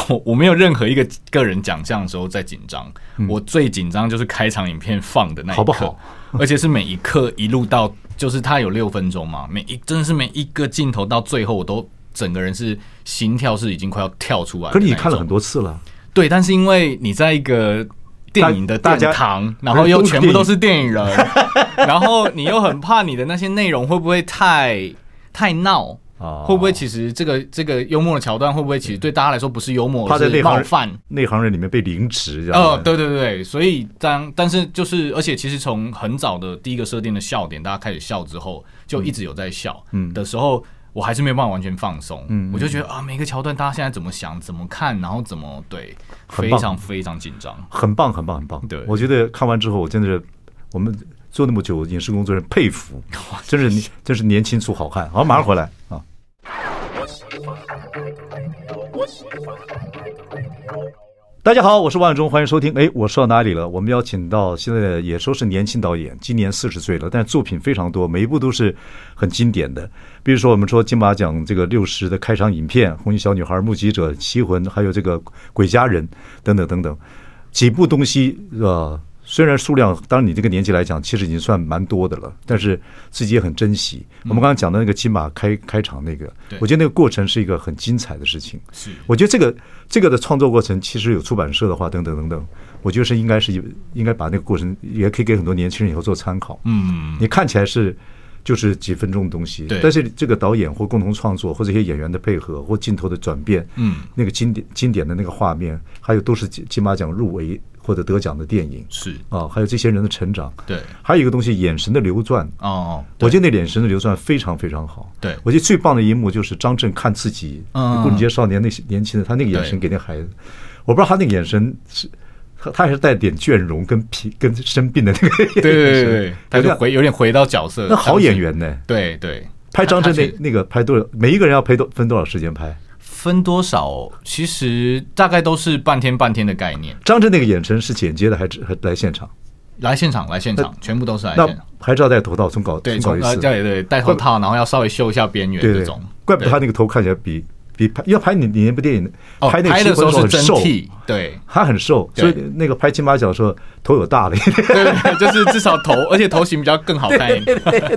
[SPEAKER 2] 我我没有任何一个个人奖项的时候在紧张，我最紧张就是开场影片放的那一刻，
[SPEAKER 1] 嗯好不好
[SPEAKER 2] 而且是每一刻一路到，就是它有六分钟嘛，每一真的是每一个镜头到最后，我都整个人是心跳是已经快要跳出来的
[SPEAKER 1] 可
[SPEAKER 2] 那一
[SPEAKER 1] 是
[SPEAKER 2] 种。
[SPEAKER 1] 你看了很多次了，
[SPEAKER 2] 对，但是因为你在一个电影的
[SPEAKER 1] 大
[SPEAKER 2] 殿
[SPEAKER 1] 大家
[SPEAKER 2] 堂，然后又全部都是电影人， 然后你又很怕你的那些内容会不会太太闹。
[SPEAKER 1] 哦嗯
[SPEAKER 2] 会不会其实这个这个幽默的桥段，会不会其实对大家来说不是幽默，
[SPEAKER 1] 怕在
[SPEAKER 2] 而是
[SPEAKER 1] 内行
[SPEAKER 2] 冒
[SPEAKER 1] 人
[SPEAKER 2] 犯？
[SPEAKER 1] 内行人里面被凌迟这样。
[SPEAKER 2] 呃，，嗯对对对，所以当但是就是，而且其实从很早的第一个设定的笑点，大家开始笑之后，就一直有在笑，嗯的时候，我还是没有办法完全放松，嗯，我就觉得啊，每个桥段大家现在怎么想、怎么看，然后怎么对，
[SPEAKER 1] 很
[SPEAKER 2] 非
[SPEAKER 1] 棒
[SPEAKER 2] 常非常紧张，
[SPEAKER 1] 很棒，很棒，很棒。
[SPEAKER 2] 对
[SPEAKER 1] 我觉得看完之后，我真的是我们做那么久影视工作人佩 服，真是年真是年轻出好汉。好，马上回来啊。大家好，我是万永忠，欢迎收听。哎，我说到哪里了？我们邀请到现在也说是年轻导演，今年四十岁了，但是作品非常多，每一部都是很经典的。比如说我们说金马奖这个六十的开场影片《红衣小女孩》《目击者》《棋魂》，还有这个《鬼家人》等等等等。几部东西，呃，虽然数量，当然你这个年纪来讲，其实已经算蛮多的了，但是自己也很珍惜。我们刚刚讲的那个金马开开场那个
[SPEAKER 2] 对，
[SPEAKER 1] 我觉得那个过程是一个很精彩的事情。
[SPEAKER 2] 是
[SPEAKER 1] 我觉得这个这个的创作过程，其实有出版社的话，等等等等，我觉得是应该是应该把那个过程也可以给很多年轻人以后做参考。
[SPEAKER 2] 嗯，
[SPEAKER 1] 你看起来是就是几分钟的东西
[SPEAKER 2] 对，
[SPEAKER 1] 但是这个导演或共同创作，或者一些演员的配合，或镜头的转变，
[SPEAKER 2] 嗯，
[SPEAKER 1] 那个经典经典的那个画面，还有都是金金马奖入围或者得奖的电影
[SPEAKER 2] 是，
[SPEAKER 1] 啊，还有这些人的成长，
[SPEAKER 2] 对，
[SPEAKER 1] 还有一个东西，眼神的流转，
[SPEAKER 2] 哦，
[SPEAKER 1] 我觉得那眼神的流转非常非常好。
[SPEAKER 2] 对
[SPEAKER 1] 我觉得最棒的一幕就是张震看自己
[SPEAKER 2] 嗯
[SPEAKER 1] 过节少年那些年轻的，他那个眼神给那孩子，我不知道他那个眼神是，他他还是带点倦容跟疲跟生病的那个眼神。
[SPEAKER 2] 对对对对，他就回有点回到角色，
[SPEAKER 1] 那好演
[SPEAKER 2] 当时，
[SPEAKER 1] 员呢，
[SPEAKER 2] 对对，
[SPEAKER 1] 拍张震
[SPEAKER 2] 他他
[SPEAKER 1] 那那个拍多少，每一个人要拍多分多少时间拍？
[SPEAKER 2] 分多少，其实大概都是半天半天的概念。
[SPEAKER 1] 张震那个眼神是剪接的还是还来现场？
[SPEAKER 2] 来现场，来现场，全部都是来
[SPEAKER 1] 那
[SPEAKER 2] 现场。
[SPEAKER 1] 还是要戴头套重搞
[SPEAKER 2] 对，
[SPEAKER 1] 重搞
[SPEAKER 2] 从
[SPEAKER 1] 一
[SPEAKER 2] 呃
[SPEAKER 1] 次？
[SPEAKER 2] 对对戴头套，然后要稍微修一下边缘
[SPEAKER 1] 对
[SPEAKER 2] 这
[SPEAKER 1] 对
[SPEAKER 2] 种。，
[SPEAKER 1] 怪不得他那个头看起来比比拍，因为拍你你那部电影
[SPEAKER 2] 哦，
[SPEAKER 1] 拍那个
[SPEAKER 2] 拍的
[SPEAKER 1] 戏
[SPEAKER 2] 时候是
[SPEAKER 1] 很
[SPEAKER 2] 真
[SPEAKER 1] 瘦。
[SPEAKER 2] 剃，对
[SPEAKER 1] 他很瘦，
[SPEAKER 2] 对
[SPEAKER 1] 所以那个拍金马奖的时候头有大了一点，
[SPEAKER 2] 对对，对就是至少头，而且头型比较更好看一点。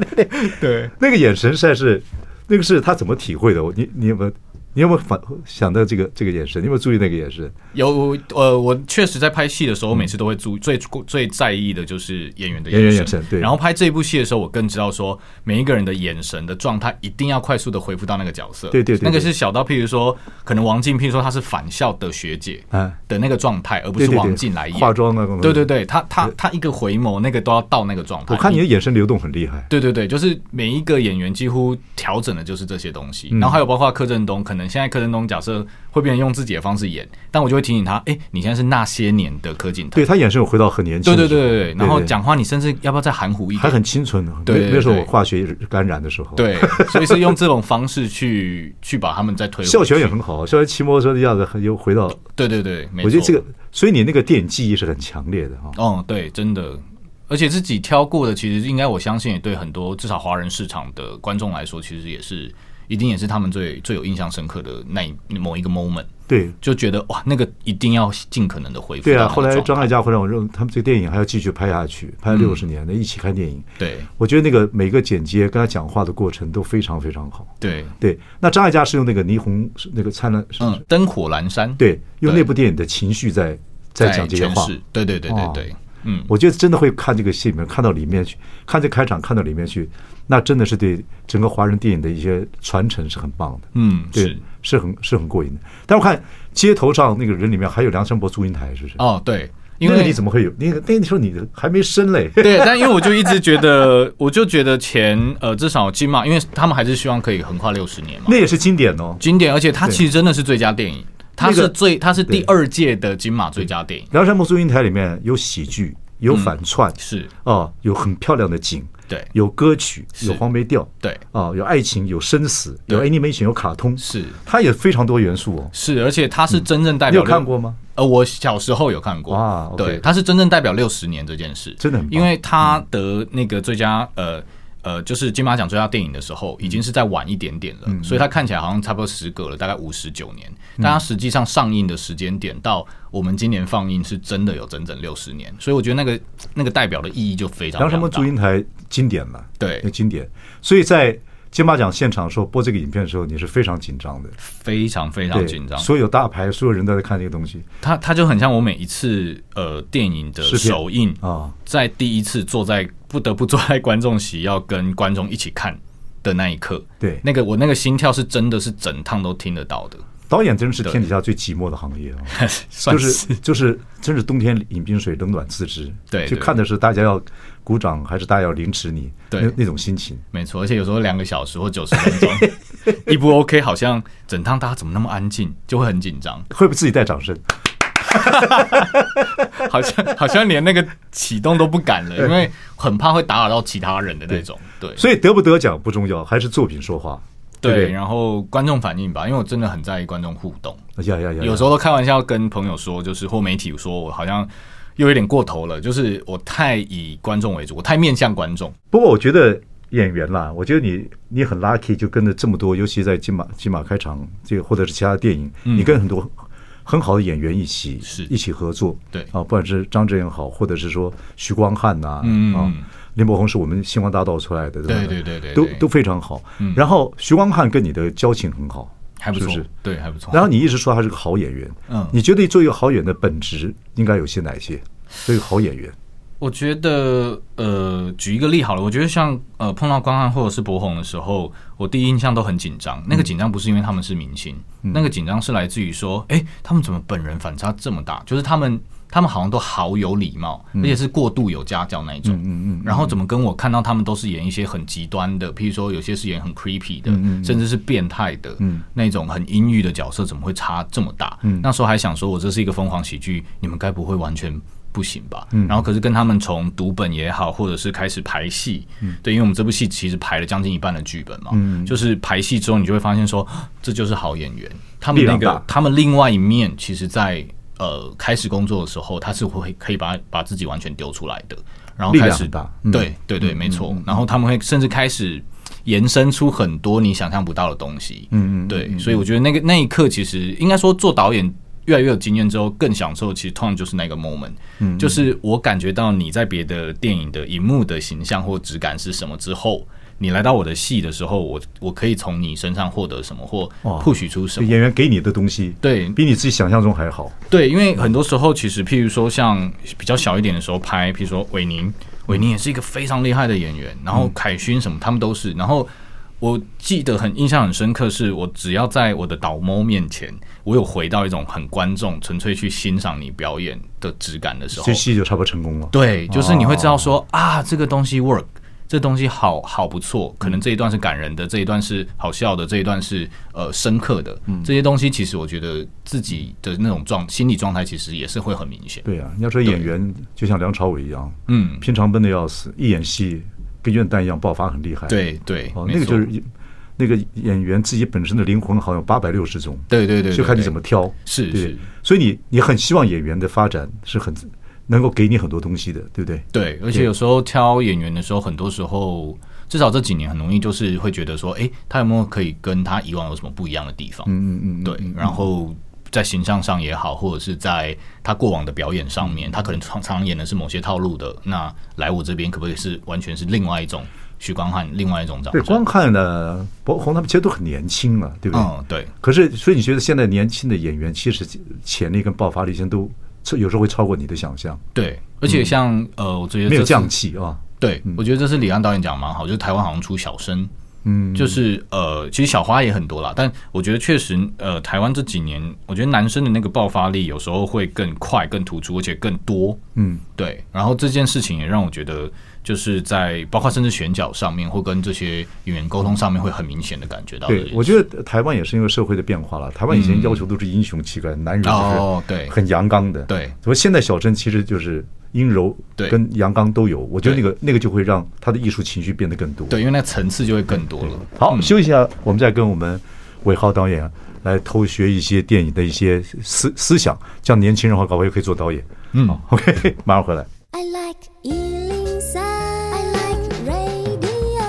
[SPEAKER 2] 对，
[SPEAKER 1] 那个眼神实在是，那个是他怎么体会的？我你你有没有你有没有反想到这个这个眼神？你有没有注意那个眼神？
[SPEAKER 2] 有呃，我确实在拍戏的时候，我每次都会注最最在意的就是演员的
[SPEAKER 1] 演员
[SPEAKER 2] 神。
[SPEAKER 1] 眼神对
[SPEAKER 2] 然后拍这一部戏的时候，我更知道说每一个人的眼神的状态一定要快速的恢复到那个角色。
[SPEAKER 1] 对对对
[SPEAKER 2] 那个
[SPEAKER 1] 对
[SPEAKER 2] 是小到譬如说，可能王静，譬如说她是返校的学姐
[SPEAKER 1] 嗯
[SPEAKER 2] 的那个状态，而不
[SPEAKER 1] 对
[SPEAKER 2] 是
[SPEAKER 1] 对
[SPEAKER 2] 王
[SPEAKER 1] 对，
[SPEAKER 2] 静来演。
[SPEAKER 1] 化妆啊，干嘛
[SPEAKER 2] 对对，对，他他他一个回眸，那个都要到那个状态。
[SPEAKER 1] 我看你的眼神流动很厉害，
[SPEAKER 2] 对对对，就是每一个演员几乎调整的就是这些东
[SPEAKER 1] 嗯
[SPEAKER 2] 西，然后还有包括柯震东，可能现在柯震东假设会变成用自己的方式演，但我就会提醒他，哎，你现在是那些年的柯景腾，
[SPEAKER 1] 对他眼神有回到很年轻的
[SPEAKER 2] 对
[SPEAKER 1] 时
[SPEAKER 2] 对
[SPEAKER 1] 候，
[SPEAKER 2] 对对对，然后讲话你甚至要不要再含糊一
[SPEAKER 1] 还
[SPEAKER 2] 点？
[SPEAKER 1] 很清纯的，
[SPEAKER 2] 对对
[SPEAKER 1] 那
[SPEAKER 2] 对
[SPEAKER 1] 那时候我化学感染的时候，，
[SPEAKER 2] 对，所以是用这种方式去去把他们再推回去。
[SPEAKER 1] 孝全也很好，孝全骑摩托车的样子很又回到，
[SPEAKER 2] 对对对，没错
[SPEAKER 1] 我觉得这个，所以你那个电影记忆是很强烈的哈。
[SPEAKER 2] 嗯，对，真的，而且自己挑过的，其实应该我相信也对很多至少华人市场的观众来说，其实也是一定也是他们最最有印象深刻的那一某一个 moment，
[SPEAKER 1] 对
[SPEAKER 2] 就觉得哇，那个一定要尽可能的恢复。
[SPEAKER 1] 对啊，后来张艾嘉回来，我认为他们这个电影还要继续拍下去，拍六十年的，一起看电影，
[SPEAKER 2] 嗯对
[SPEAKER 1] 我觉得那个每个剪接跟他讲话的过程都非常非常好。
[SPEAKER 2] 对，
[SPEAKER 1] 对，那张艾嘉是用那个霓虹是那个灿烂，是
[SPEAKER 2] 嗯，灯火阑珊，
[SPEAKER 1] 对，用
[SPEAKER 2] 对
[SPEAKER 1] 那部电影的情绪在在
[SPEAKER 2] 在
[SPEAKER 1] 讲这些
[SPEAKER 2] 诠
[SPEAKER 1] 话。
[SPEAKER 2] 释，对对对对
[SPEAKER 1] 哦
[SPEAKER 2] 对，嗯，
[SPEAKER 1] 我觉得真的会看这个戏里面，看到里面去，看这开场看到里面去，那真的是对整个华人电影的一些传承是很棒的。
[SPEAKER 2] 嗯
[SPEAKER 1] 对
[SPEAKER 2] 是，
[SPEAKER 1] 是很是很过瘾的。但我看街头上那个人里面还有梁山伯祝英台，是不是？
[SPEAKER 2] 哦对，因
[SPEAKER 1] 那个
[SPEAKER 2] 为
[SPEAKER 1] 你怎么会有？那个那个时候你的还没生嘞。
[SPEAKER 2] 对，但因为我就一直觉得，我就觉得前呃至少金马，因为他们还是希望可以横跨六十年嘛
[SPEAKER 1] 那，也是经典哦，
[SPEAKER 2] 经典，而且它其实真的是最佳电影，它
[SPEAKER 1] 那
[SPEAKER 2] 是
[SPEAKER 1] 个
[SPEAKER 2] 最它是第二届的金马最佳电影，
[SPEAKER 1] 梁山伯祝英台里面有喜剧，有反串，
[SPEAKER 2] 是
[SPEAKER 1] 哦，有很漂亮的景，
[SPEAKER 2] 嗯对
[SPEAKER 1] 有歌曲，有黄梅调，
[SPEAKER 2] 对
[SPEAKER 1] 哦，有爱情，有生死，有
[SPEAKER 2] 对
[SPEAKER 1] animation，有卡通，
[SPEAKER 2] 是
[SPEAKER 1] 它也非常多元素哦。
[SPEAKER 2] 是，而且它是真正代
[SPEAKER 1] 你
[SPEAKER 2] 表
[SPEAKER 1] 有
[SPEAKER 2] 六
[SPEAKER 1] 看过吗？
[SPEAKER 2] 呃，我小时候有看过
[SPEAKER 1] 哇，OK
[SPEAKER 2] 对，它是真正代表六十年这件事，
[SPEAKER 1] 真的很棒
[SPEAKER 2] 因为它得那个最佳呃呃，就是金马奖最佳电影的时候，
[SPEAKER 1] 嗯
[SPEAKER 2] 已经是在晚一点点了，所以它看起来好像差不多时隔了大概五十九年，
[SPEAKER 1] 嗯
[SPEAKER 2] 但它实际上上映的时间点到我们今年放映是真的有整整六十年，所以我觉得那个那个代表的意义就非常
[SPEAKER 1] 梁
[SPEAKER 2] 非
[SPEAKER 1] 山伯
[SPEAKER 2] 常
[SPEAKER 1] 祝
[SPEAKER 2] 大。
[SPEAKER 1] 英台经典了，
[SPEAKER 2] 对
[SPEAKER 1] 那，经典。所以在金马奖现场的时候播这个影片的时候，你是非常紧张的，
[SPEAKER 2] 非常非常
[SPEAKER 1] 对，
[SPEAKER 2] 紧张。
[SPEAKER 1] 所有大牌，所有人都在看这个东西
[SPEAKER 2] 他他就很像我每一次呃电影的
[SPEAKER 1] 试片
[SPEAKER 2] 首映，
[SPEAKER 1] 啊。
[SPEAKER 2] 在第一次坐在不得不坐在观众席要跟观众一起看的那一刻，
[SPEAKER 1] 对
[SPEAKER 2] 那个我那个心跳是真的是整趟都听得到的，
[SPEAKER 1] 导演真是天底下最寂寞的行业啊。
[SPEAKER 2] 算
[SPEAKER 1] 就是就是，真是冬天饮冰水，冷暖自知。
[SPEAKER 2] 对
[SPEAKER 1] 就
[SPEAKER 2] 对
[SPEAKER 1] 看的是大家要鼓掌，还是大家要凌迟你，
[SPEAKER 2] 对
[SPEAKER 1] 那那种心情。
[SPEAKER 2] 没错，而且有时候两个小时或九十分钟，一部 OK 好像整趟大家怎么那么安静，就会很紧张，
[SPEAKER 1] 会不会自己带掌声？
[SPEAKER 2] 好像好像连那个启动都不敢了，因为很怕会打扰到其他人的那种，对。
[SPEAKER 1] 所以得不得奖不重要，还是作品说话。对不
[SPEAKER 2] 对，
[SPEAKER 1] 对
[SPEAKER 2] 然后观众反应吧，因为我真的很在意观众互动。
[SPEAKER 1] 哎呀呀呀！
[SPEAKER 2] 有时候都开玩笑跟朋友说，就是或媒体说我好像又有点过头了，就是我太以观众为主，我太面向观众。
[SPEAKER 1] 不过我觉得演员啦，我觉得你你很 lucky，就跟着这么多，尤其在金马金马开场这个或者是其他的电影，你跟很多很好的演员一起
[SPEAKER 2] 嗯是
[SPEAKER 1] 一起合作，
[SPEAKER 2] 对
[SPEAKER 1] 啊，不管是张震也好，或者是说徐光汉呐、啊，
[SPEAKER 2] 嗯
[SPEAKER 1] 林柏宏是我们星光大道出来的，吧
[SPEAKER 2] 对对对对对嗯
[SPEAKER 1] 都都非常好。然后徐光汉跟你的交情很好，
[SPEAKER 2] 还不错，
[SPEAKER 1] 是不是
[SPEAKER 2] 对，还不错。
[SPEAKER 1] 然后你一直说他是个好演员，
[SPEAKER 2] 嗯
[SPEAKER 1] 你觉得做一个好演员的本质应该有些哪些？做一个好演员，
[SPEAKER 2] 我觉得，呃，举一个例好了，我觉得像呃碰到光汉或者是博宏的时候，我第一印象都很紧
[SPEAKER 1] 嗯
[SPEAKER 2] 张。那个紧张不是因为他们是明星，那个紧张是来自于说，哎、他们怎么本人反差这么大？就是他们，他们好像都好有礼貌，而且是过度有家教那一种。
[SPEAKER 1] 嗯嗯嗯
[SPEAKER 2] 然后怎么跟我看到他们都是演一些很极端的，譬如说有些是演很 creepy 的，
[SPEAKER 1] 嗯嗯嗯
[SPEAKER 2] 甚至是变态的、
[SPEAKER 1] 嗯
[SPEAKER 2] 那种很阴郁的角色，怎么会差这么大？
[SPEAKER 1] 嗯
[SPEAKER 2] 那时候还想说，我这是一个疯狂喜剧，你们该不会完全。不行吧？
[SPEAKER 1] 嗯
[SPEAKER 2] 然后可是跟他们从读本也好，或者是开始排戏，对，因为我们这部戏其实排了将近一半的剧本嘛，
[SPEAKER 1] 嗯
[SPEAKER 2] 就是排戏之后，你就会发现说，啊这就是好演员，他们
[SPEAKER 1] 力
[SPEAKER 2] 那
[SPEAKER 1] 量
[SPEAKER 2] 个
[SPEAKER 1] 大
[SPEAKER 2] 他们另外一面，其实在呃开始工作的时候，他是会可以把把自己完全丢出来的，然后
[SPEAKER 1] 力量
[SPEAKER 2] 开始
[SPEAKER 1] 很大嗯
[SPEAKER 2] 对对对，没错。然后他们会甚至开始延伸出很多你想象不到的东西。
[SPEAKER 1] 嗯嗯，
[SPEAKER 2] 对，所以我觉得那个那一刻，其实应该说做导演越来越有经验之后，更享受其实通常就是那个 moment，就是
[SPEAKER 1] 嗯
[SPEAKER 2] 我感觉到你在别的电影的荧幕的形象或质感是什么之后。你来到我的戏的时候，我我可以从你身上获得什么，或
[SPEAKER 1] 哇
[SPEAKER 2] push 出什
[SPEAKER 1] 这
[SPEAKER 2] 么？
[SPEAKER 1] 演员给你的东西，
[SPEAKER 2] 对，
[SPEAKER 1] 比你自己想象中还好。
[SPEAKER 2] 对，因为很多时候其实，譬如说像比较小一点的时候拍，譬如说韦宁，韦宁也是一个非常厉害的演员，然后凯勋什么他们都是。然后我记得很印象很深刻，是我只要在我的导模面前，我有回到一种很观众纯粹去欣赏你表演的质感的时候
[SPEAKER 1] 这，戏就差不多成功了。
[SPEAKER 2] 对，就是你会知道
[SPEAKER 1] 哦
[SPEAKER 2] 说、啊，这个东西 work，这东西好好不错，可能这一段是感人的，这一段是好笑的，这一段是呃深刻的，
[SPEAKER 1] 嗯
[SPEAKER 2] 这些东西其实我觉得自己的那种状心理状态其实也是会很明显。
[SPEAKER 1] 对啊，你要说演员就像梁朝伟一样，
[SPEAKER 2] 嗯，
[SPEAKER 1] 平常笨的要死，一演戏跟原子弹一样爆发很厉害。，
[SPEAKER 2] 对对，
[SPEAKER 1] 哦，
[SPEAKER 2] 没
[SPEAKER 1] 那个
[SPEAKER 2] 错
[SPEAKER 1] 就是那个演员自己本身的灵魂好像八百六十种，
[SPEAKER 2] 对对对，
[SPEAKER 1] 就看你怎
[SPEAKER 2] 么
[SPEAKER 1] 么挑。
[SPEAKER 2] 是
[SPEAKER 1] 对
[SPEAKER 2] 是，
[SPEAKER 1] 所以你你很希望演员的发展是很能够给你很多东西的，对不对？
[SPEAKER 2] 对，而且
[SPEAKER 1] 对
[SPEAKER 2] 有时候挑演员的时候，很多时候至少这几年很容易就是会觉得说，诶，他有没有可以跟他以往有什么不一样的地方？
[SPEAKER 1] 嗯嗯嗯，
[SPEAKER 2] 对，然后在形象上也好，或者是在他过往的表演上
[SPEAKER 1] 嗯
[SPEAKER 2] 面，他可能常常演的是某些套路的，那来我这边可不可以是完全是另外一种许光汉，另外一种长
[SPEAKER 1] 对，光
[SPEAKER 2] 相？
[SPEAKER 1] 看呢，博红他们其实都很年轻了，对不对？
[SPEAKER 2] 嗯，对，
[SPEAKER 1] 可是，所以你觉得现在年轻的演员其实潜力跟爆发力现在都有时候会超过你的想象，
[SPEAKER 2] 对，而且像、呃，我觉得
[SPEAKER 1] 嗯没有
[SPEAKER 2] 这次
[SPEAKER 1] 降气啊。
[SPEAKER 2] 对，我觉得这是李安导演讲得蛮好，就是台湾好像出小生，
[SPEAKER 1] 嗯，
[SPEAKER 2] 就是呃，其实小花也很多啦，但我觉得确实呃，台湾这几年，我觉得男生的那个爆发力有时候会更快、更突出，而且更多。
[SPEAKER 1] 嗯，
[SPEAKER 2] 对，然后这件事情也让我觉得，就是在包括甚至选角上面，或跟这些演员沟通上面，会很明显的感觉到这件事。
[SPEAKER 1] 对，我觉得台湾也是因为社会的变化了。台湾以前要求都是英雄气概，男人
[SPEAKER 2] 哦
[SPEAKER 1] 就
[SPEAKER 2] 对
[SPEAKER 1] 是很阳刚的。
[SPEAKER 2] 对
[SPEAKER 1] 所以现在小生其实就是阴柔
[SPEAKER 2] 对
[SPEAKER 1] 跟阳刚都有。我觉得
[SPEAKER 2] 对
[SPEAKER 1] 那个那个就会让他的艺术情绪变得更多。
[SPEAKER 2] 对，因为那层次就会更多了。嗯
[SPEAKER 1] 好，休息一下，我们再跟我们韦浩导演来偷学一些电影的一些思思想，这样年轻人的话，搞不好也可以做导演。
[SPEAKER 2] 嗯，
[SPEAKER 1] OK，马上回来。
[SPEAKER 3] I like Ealing Sound. I like radio.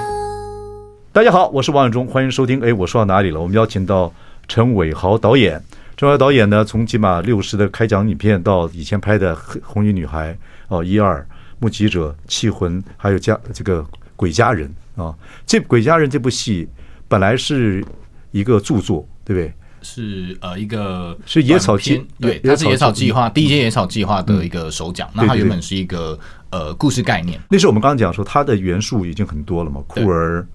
[SPEAKER 1] 大家好，我是王永忠，欢迎收听。哎，我说到哪里了？我们邀请到陈伟豪导演。陈伟豪导演呢，从起码六十的开讲影片到以前拍的《红衣女孩》哦，《一二》《目击者》《气魂》，还有家这个《鬼家人》啊、这《鬼家人》这部戏本来是一个著作，对不对？
[SPEAKER 2] 是呃一个
[SPEAKER 1] 是野草计
[SPEAKER 2] 短篇对，
[SPEAKER 1] 野
[SPEAKER 2] 它是野
[SPEAKER 1] 野
[SPEAKER 2] 草
[SPEAKER 1] 草
[SPEAKER 2] 计
[SPEAKER 1] 计嗯
[SPEAKER 2] 划第一届野草计划的一个首奖。那
[SPEAKER 1] 对
[SPEAKER 2] 它
[SPEAKER 1] 对
[SPEAKER 2] 原
[SPEAKER 1] 对
[SPEAKER 2] 本是一个呃故事概念，
[SPEAKER 1] 那是我们刚刚讲说，它的元素已经很多了嘛，
[SPEAKER 2] 对
[SPEAKER 1] 酷儿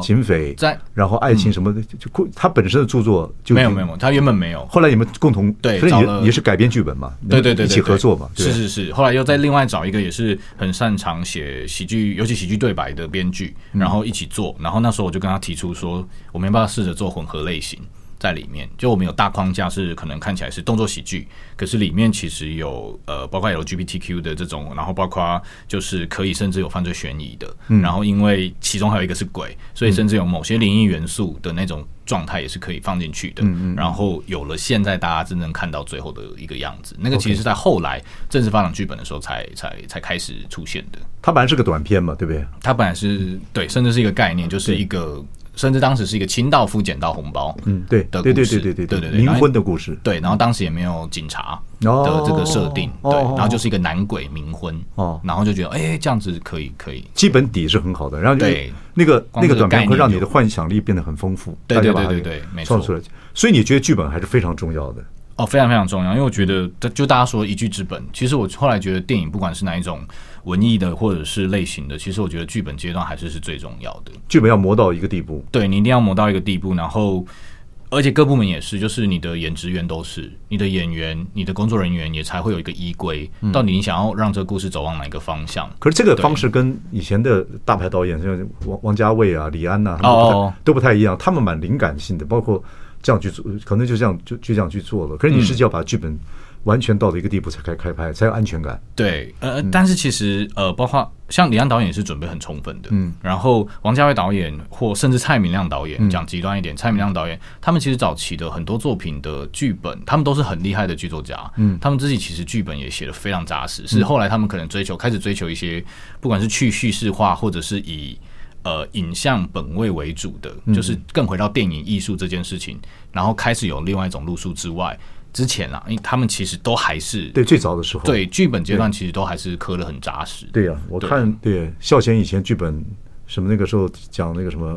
[SPEAKER 1] 啊，警匪，
[SPEAKER 2] 在
[SPEAKER 1] 然后爱情什么的，就就酷，它本身的著作就
[SPEAKER 2] 没
[SPEAKER 1] 已
[SPEAKER 2] 有
[SPEAKER 1] 经
[SPEAKER 2] 没有，没有它原本没有。
[SPEAKER 1] 后来你们共同
[SPEAKER 2] 对
[SPEAKER 1] 所以
[SPEAKER 2] 找
[SPEAKER 1] 你
[SPEAKER 2] 了
[SPEAKER 1] 你是改编剧本嘛？
[SPEAKER 2] 对对对，
[SPEAKER 1] 一
[SPEAKER 2] 对
[SPEAKER 1] 起
[SPEAKER 2] 对
[SPEAKER 1] 合作嘛？对
[SPEAKER 2] 是是是。后来又再另外找一个也是很擅长写喜剧，尤其喜剧对白的编剧，
[SPEAKER 1] 嗯
[SPEAKER 2] 然后一起做。然后那时候我就跟他提出说，我们要不要试着做混合类型在里面？就我们有大框架是可能看起来是动作喜剧，可是里面其实有呃，包括 LGBTQ 的这种，然后包括就是可以甚至有犯罪悬疑的，
[SPEAKER 1] 嗯
[SPEAKER 2] 然后因为其中还有一个是鬼，所以甚至有某些灵异元素的那种。状态也是可以放进去的，
[SPEAKER 1] 嗯
[SPEAKER 2] 然后有了现在大家真正看到最后的一个样子，那个其实是在后来正式发展剧本的时候才才才开始出现的。
[SPEAKER 1] 它本来是个短片嘛，对不对？
[SPEAKER 2] 它本来
[SPEAKER 1] 嗯
[SPEAKER 2] 是对，甚至是一个概念，就是一个甚至当时是一个清道夫捡到红包，
[SPEAKER 1] 嗯，对，
[SPEAKER 2] 的
[SPEAKER 1] 对
[SPEAKER 2] 故
[SPEAKER 1] 对
[SPEAKER 2] 事
[SPEAKER 1] 对对
[SPEAKER 2] 对
[SPEAKER 1] 对
[SPEAKER 2] 对对
[SPEAKER 1] 冥婚的故事。
[SPEAKER 2] 对，然后当时也没有警察的
[SPEAKER 1] 哦
[SPEAKER 2] 这个设定，
[SPEAKER 1] 哦
[SPEAKER 2] 对
[SPEAKER 1] 哦，
[SPEAKER 2] 然后就是一个男鬼冥婚，
[SPEAKER 1] 哦
[SPEAKER 2] 然后就觉得哎、这样子可以可以，
[SPEAKER 1] 基本底是很好的，然后
[SPEAKER 2] 对
[SPEAKER 1] 那个
[SPEAKER 2] 光
[SPEAKER 1] 那
[SPEAKER 2] 这个
[SPEAKER 1] 个短
[SPEAKER 2] 概
[SPEAKER 1] 片
[SPEAKER 2] 念
[SPEAKER 1] 会让你
[SPEAKER 2] 就
[SPEAKER 1] 的幻想力变得很丰富，
[SPEAKER 2] 对
[SPEAKER 1] 大家
[SPEAKER 2] 对
[SPEAKER 1] 把它
[SPEAKER 2] 对对
[SPEAKER 1] 给
[SPEAKER 2] 对没
[SPEAKER 1] 创
[SPEAKER 2] 错
[SPEAKER 1] 出来。所以你觉得剧本还是非常重要的，
[SPEAKER 2] 哦，非常非常重要，因为我觉得，就大家说一剧之本，其实我后来觉得电影不管是哪一种文艺的或者是类型的，其实我觉得剧本阶段还是是最重要的。
[SPEAKER 1] 剧本要磨到一个地步，
[SPEAKER 2] 对你一定要磨到一个地步，然后而且各部门也是，就是你的演职员都是，你的演员、你的工作人员也才会有一个依归，到底你想要让这个故事走往哪一个方向。
[SPEAKER 1] 可是这个
[SPEAKER 2] 对
[SPEAKER 1] 方式跟以前的大牌导演，像王王家卫啊、李安呐、他们都不太
[SPEAKER 2] 哦
[SPEAKER 1] 都不太一样，他们蛮灵感性的，包括这样去做，可能就这样就就这样去做了。可是你
[SPEAKER 2] 嗯
[SPEAKER 1] 是要把剧本完全到了一个地步才开开拍，才有安全感。
[SPEAKER 2] 对，呃，但是其实呃，包括像李安导演也是准备很充分的，嗯，然后王家卫导演或甚至蔡明亮导演，讲极端一点，蔡明亮导演他们其实早期的很多作品的剧本，他们都是很厉害的剧作家，嗯，他们自己其实剧本也写的非常扎实，是后来他们可能追求开始追求一些，不管是去叙事化或者是以。呃，影像本位为主的，就是更回到电影艺术这件事情，然后开始有另外一种路数之外，之前啊，因为他们其实都还是
[SPEAKER 1] 对，最早的时候，
[SPEAKER 2] 对剧本阶段其实都还是磕得很扎实。
[SPEAKER 1] 对呀、我
[SPEAKER 2] 对
[SPEAKER 1] 看对孝贤以前剧本什么那个时候讲那个什么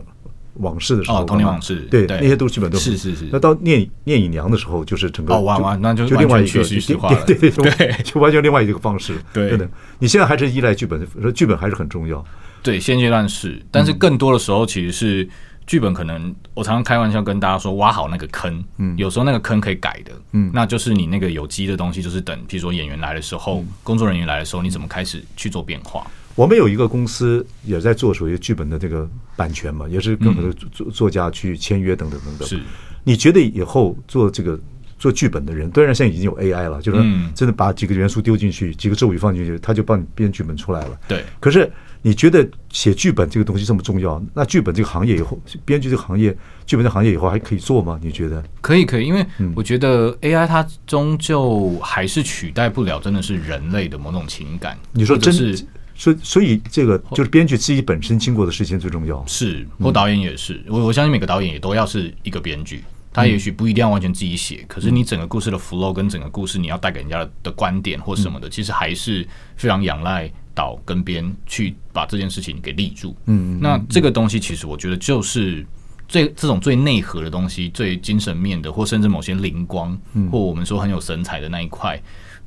[SPEAKER 1] 往事的时候，
[SPEAKER 2] 哦，童年往事，
[SPEAKER 1] 对那些都是剧本都
[SPEAKER 2] 是是是
[SPEAKER 1] 那。到聂隐聂隐娘的时候，就是整个
[SPEAKER 2] 哦完完那就
[SPEAKER 1] 就另外一个
[SPEAKER 2] 完全去叙事化了
[SPEAKER 1] 对对对
[SPEAKER 2] 对
[SPEAKER 1] 就完全另外一个方式。
[SPEAKER 2] 对
[SPEAKER 1] 的，你现在还是依赖剧本，说剧本还是很重要。
[SPEAKER 2] 对，现阶段是，但是更多的时候其实是剧本可能，我常常开玩笑跟大家说，挖好那个坑，嗯，有时候那个坑可以改的，嗯，那就是你那个有机的东西，就是等，譬如说演员来的时候，工作人员来的时候，你怎么开始去做变化？
[SPEAKER 1] 我们有一个公司也在做所谓剧本的这个版权嘛，也是跟很多作作家去签约等等等等。
[SPEAKER 2] 嗯是，
[SPEAKER 1] 你觉得以后做这个做剧本的人，当然现在已经有 AI 了，就是说
[SPEAKER 2] 嗯
[SPEAKER 1] 真的把几个元素丢进去，几个咒语放进去，他就帮你编剧本出来了。
[SPEAKER 2] 对
[SPEAKER 1] 可是你觉得写剧本这个东西这么重要？那剧本这个行业以后，编剧这个行业，剧本这个行业以后还可以做吗？你觉得？
[SPEAKER 2] 可以可以，因为我觉得 AI 它终究还是取代不了，真的是人类的某种情感。
[SPEAKER 1] 你说
[SPEAKER 2] 或者
[SPEAKER 1] 真
[SPEAKER 2] 是
[SPEAKER 1] 所以所以这个就是编剧自己本身经过的事情最重要。
[SPEAKER 2] 是，或导演也是。我我相信每个导演也都要是一个编剧，他也许不一定要完全自己写，可是你整个故事的 flow 跟整个故事你要带给人家的的观点或什么的，其实还是非常仰赖导跟编去把这件事情给立住。嗯，那这个东西其实我觉得就是。最这种最内核的东西，最精神面的，或甚至某些灵光，或我们说很有神采的那一块，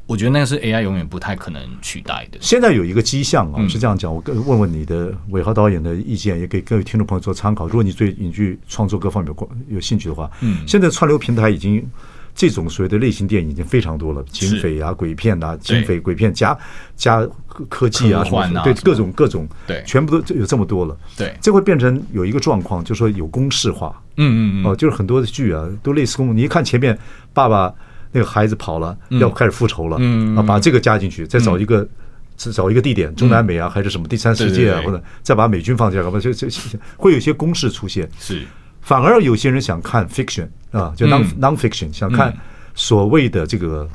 [SPEAKER 2] 我觉得那个是 AI 永远不太可能取代的。嗯
[SPEAKER 1] 现在有一个迹象啊，是这样讲，我跟问问你的伟豪导演的意见，也给各位听众朋友做参考。如果你对影剧创作各方面有关有兴趣的话，嗯，现在串流平台已经这种所谓的类型电影已经非常多了，警匪啊、鬼片啊、警匪、鬼片加加科科技啊
[SPEAKER 2] 科幻啊
[SPEAKER 1] 什么对
[SPEAKER 2] 什么
[SPEAKER 1] 各种各种，
[SPEAKER 2] 对
[SPEAKER 1] 全部都有这么多了。
[SPEAKER 2] 对
[SPEAKER 1] 这会变成有一个状况，就是说有公式化，
[SPEAKER 2] 嗯嗯嗯，
[SPEAKER 1] 哦，就是很多的剧啊，都类似公。你一看前面爸爸那个孩子跑了，要开始复仇了，
[SPEAKER 2] 嗯
[SPEAKER 1] 啊，把这个加进去，再找一个。找一个地点，中南美啊，还是什么第三世界啊，
[SPEAKER 2] 对对对
[SPEAKER 1] 或者再把美军放进来，搞不好就就就会有一些公式出现。
[SPEAKER 2] 是
[SPEAKER 1] 反而有些人想看 fiction 啊，就 non、
[SPEAKER 2] 嗯
[SPEAKER 1] non fiction，想看
[SPEAKER 2] 嗯
[SPEAKER 1] 所谓的这个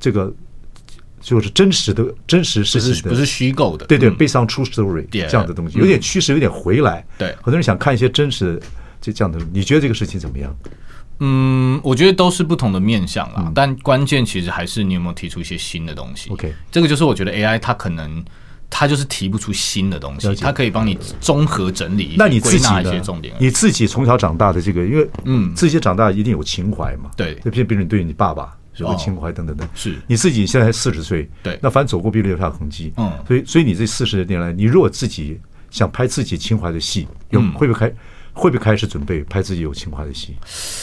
[SPEAKER 1] 这个就是真实的真实事
[SPEAKER 2] 不
[SPEAKER 1] 情
[SPEAKER 2] 是
[SPEAKER 1] 的，
[SPEAKER 2] 不是虚构的？
[SPEAKER 1] 对对
[SPEAKER 2] 嗯
[SPEAKER 1] ，based on true story
[SPEAKER 2] Yeah，
[SPEAKER 1] 这样的东西，
[SPEAKER 2] 嗯
[SPEAKER 1] 有点趋势，有点回来。
[SPEAKER 2] 对
[SPEAKER 1] 很多人想看一些真实的这这样的，你觉得这个事情怎么样？
[SPEAKER 2] 嗯，我觉得都是不同的面向啦，
[SPEAKER 1] 嗯
[SPEAKER 2] 但关键其实还是你有没有提出一些新的东西。
[SPEAKER 1] OK
[SPEAKER 2] 这个就是我觉得 AI 它可能它就是提不出新的东西
[SPEAKER 1] 了，解
[SPEAKER 2] 它可以帮你综合整理一些，
[SPEAKER 1] 那你自
[SPEAKER 2] 归
[SPEAKER 1] 己
[SPEAKER 2] 纳一
[SPEAKER 1] 呢
[SPEAKER 2] 些重点而已。
[SPEAKER 1] 你自己从小长大的这个，因为
[SPEAKER 2] 嗯
[SPEAKER 1] 自己长大一定有情怀嘛，
[SPEAKER 2] 对
[SPEAKER 1] 就比比如你对你爸爸有个
[SPEAKER 2] 哦
[SPEAKER 1] 情怀等等等，
[SPEAKER 2] 是
[SPEAKER 1] 你自己现在才四十岁，
[SPEAKER 2] 对
[SPEAKER 1] 那反正走过必留下痕迹，
[SPEAKER 2] 嗯
[SPEAKER 1] 所以所以你这四十年来，你如果自己想拍自己情怀的戏，有
[SPEAKER 2] 嗯
[SPEAKER 1] 会不会开会不会开始准备拍自己有情怀的戏？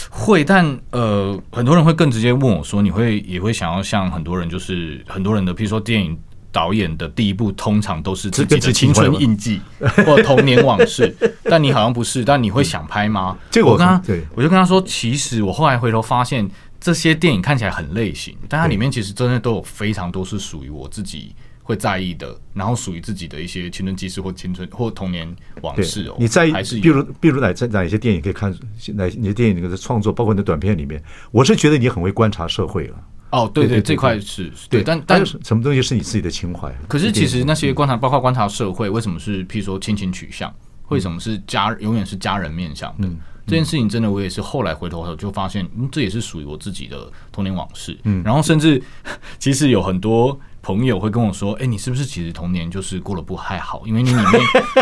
[SPEAKER 2] 会，但呃，很多人会更直接问我说，你会也会想要像很多人，就是很多人的，譬如说电影导演的第一部，通常都是自己
[SPEAKER 1] 跟自
[SPEAKER 2] 的
[SPEAKER 1] 己
[SPEAKER 2] 青春
[SPEAKER 1] 玩玩
[SPEAKER 2] 印记 或童年往事， 但你好像不是，但你会想拍吗？
[SPEAKER 1] 这个我
[SPEAKER 2] 我跟他
[SPEAKER 1] 对，
[SPEAKER 2] 我就跟他说，其实我后来回头发现，这些电影看起来很类型，但它里面其实真的都有非常多是属于我自己。会在意的，然后属于自己的一些青春记事或青春或童年往
[SPEAKER 1] 对，
[SPEAKER 2] 事哦。
[SPEAKER 1] 你在
[SPEAKER 2] 还是有
[SPEAKER 1] 比如比如哪在哪一些电影可以看哪你的电影的创作，包括你的短片里面，我是觉得你很会观察社会了。
[SPEAKER 2] 哦，对
[SPEAKER 1] 对对
[SPEAKER 2] 对，
[SPEAKER 1] 对
[SPEAKER 2] 这块是对，但
[SPEAKER 1] 还
[SPEAKER 2] 但
[SPEAKER 1] 有什么东西是你自己的情怀？
[SPEAKER 2] 可是其实
[SPEAKER 1] 这
[SPEAKER 2] 那些观察，包括观察社会，为什么是譬如说亲情取向，为什么是家永远是家人面向
[SPEAKER 1] 嗯
[SPEAKER 2] 的？这件事情真的，我也是后来回头后就发现，嗯，这也是属于我自己的童年往事。嗯，然后甚至其实有很多朋友会跟我说：“哎、你是不是其实童年就是过得不太好？因为你里面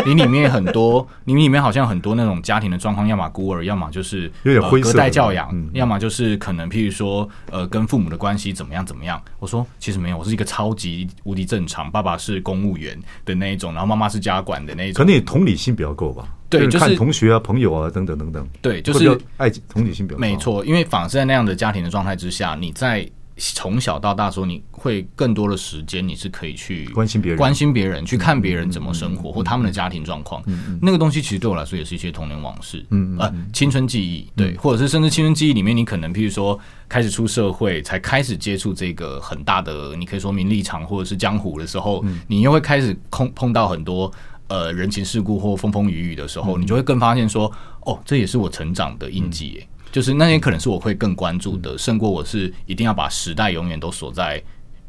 [SPEAKER 2] 你里面很多，你里面好像很多那种家庭的状况，要么孤儿，要么就是
[SPEAKER 1] 有点
[SPEAKER 2] 呃
[SPEAKER 1] 灰色
[SPEAKER 2] 隔代
[SPEAKER 1] 的
[SPEAKER 2] 教养，
[SPEAKER 1] 嗯
[SPEAKER 2] 要么就是可能譬如说呃跟父母的关系怎么样怎么样。”我说：“其实没有，我是一个超级无敌正常，爸爸是公务员的那一种，然后妈妈是家管的那一
[SPEAKER 1] 可
[SPEAKER 2] 种。”
[SPEAKER 1] 能你同理心比较够吧？
[SPEAKER 2] 对
[SPEAKER 1] 就是
[SPEAKER 2] 就是
[SPEAKER 1] 看同学啊、朋友啊等等等等，
[SPEAKER 2] 对，就
[SPEAKER 1] 会比较
[SPEAKER 2] 是
[SPEAKER 1] 爱同理心比较高
[SPEAKER 2] 没。错，因为反而是在那样的家庭的状态之下，你在从小到大的时候，你会更多的时间，你是可以去
[SPEAKER 1] 关心别人
[SPEAKER 2] 关心别人，嗯去看别人怎么生活、或他们的家庭状况。那个东西其实对我来说也是一些童年往事，嗯呃，青春记忆，对，或者是甚至青春记忆里面，你可能譬如说开始出社会，才开始接触这个很大的，你可以说名利场或者是江湖的时候，你又会开始碰碰到很多。呃，人情世故或风风雨雨的时候，你就会更发现说，哦，这也是我成长的印记耶、就是那些可能是我会更关注的，胜过我是一定要把时代永远都锁在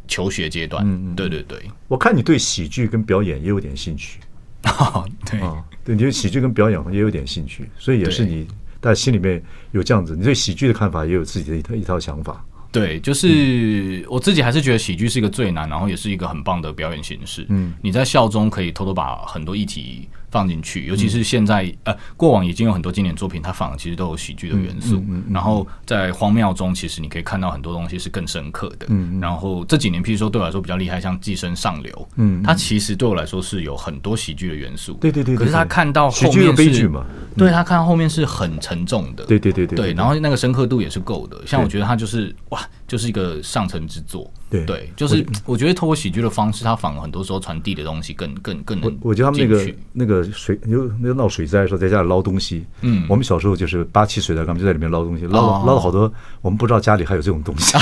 [SPEAKER 2] 求学阶段。嗯对对对，
[SPEAKER 1] 我看你对喜剧跟表演也有点兴趣
[SPEAKER 2] 哦， 对，
[SPEAKER 1] 啊，对，你对喜剧跟表演也有点兴趣，所以也是
[SPEAKER 2] 对
[SPEAKER 1] 你在心里面有这样子，你对喜剧的看法也有自己的一套一套想法。
[SPEAKER 2] 对，就是我自己还是觉得喜剧是一个最难，然后也是一个很棒的表演形式。嗯，你在笑中可以偷偷把很多议题放进去，尤其是现在、呃，过往已经有很多经典作品，它反而其实都有喜剧的元
[SPEAKER 1] 嗯
[SPEAKER 2] 素。然后在荒谬中，其实你可以看到很多东西是更深刻的。嗯，然后这几年，譬如说对我来说比较厉害，像《寄生上流》，嗯，它其实对我来说是有很多喜剧的元素。
[SPEAKER 1] 对对对对
[SPEAKER 2] 可是他
[SPEAKER 1] 对
[SPEAKER 2] 看到
[SPEAKER 1] 喜
[SPEAKER 2] 后
[SPEAKER 1] 剧有
[SPEAKER 2] 面
[SPEAKER 1] 悲
[SPEAKER 2] 是
[SPEAKER 1] 剧嘛
[SPEAKER 2] 对他看到后面是很沉重的。
[SPEAKER 1] 对对对对
[SPEAKER 2] 对
[SPEAKER 1] 对，
[SPEAKER 2] 然后那个深刻度也是够的。像我
[SPEAKER 1] 对
[SPEAKER 2] 觉得它就是哇，就是一个上乘之作。
[SPEAKER 1] 对
[SPEAKER 2] 就是我觉得透过喜剧的方式，它反而很多时候传递的东西更更更能
[SPEAKER 1] 我觉得他们那
[SPEAKER 2] 进
[SPEAKER 1] 个
[SPEAKER 2] 去
[SPEAKER 1] 那个水，有那个闹水灾的时候，在家里捞东西。
[SPEAKER 2] 嗯
[SPEAKER 1] 我们小时候就是八七水灾，他们就在里面捞东西，捞了
[SPEAKER 2] 哦
[SPEAKER 1] 捞了好多，我们不知道家里还有这种东 西。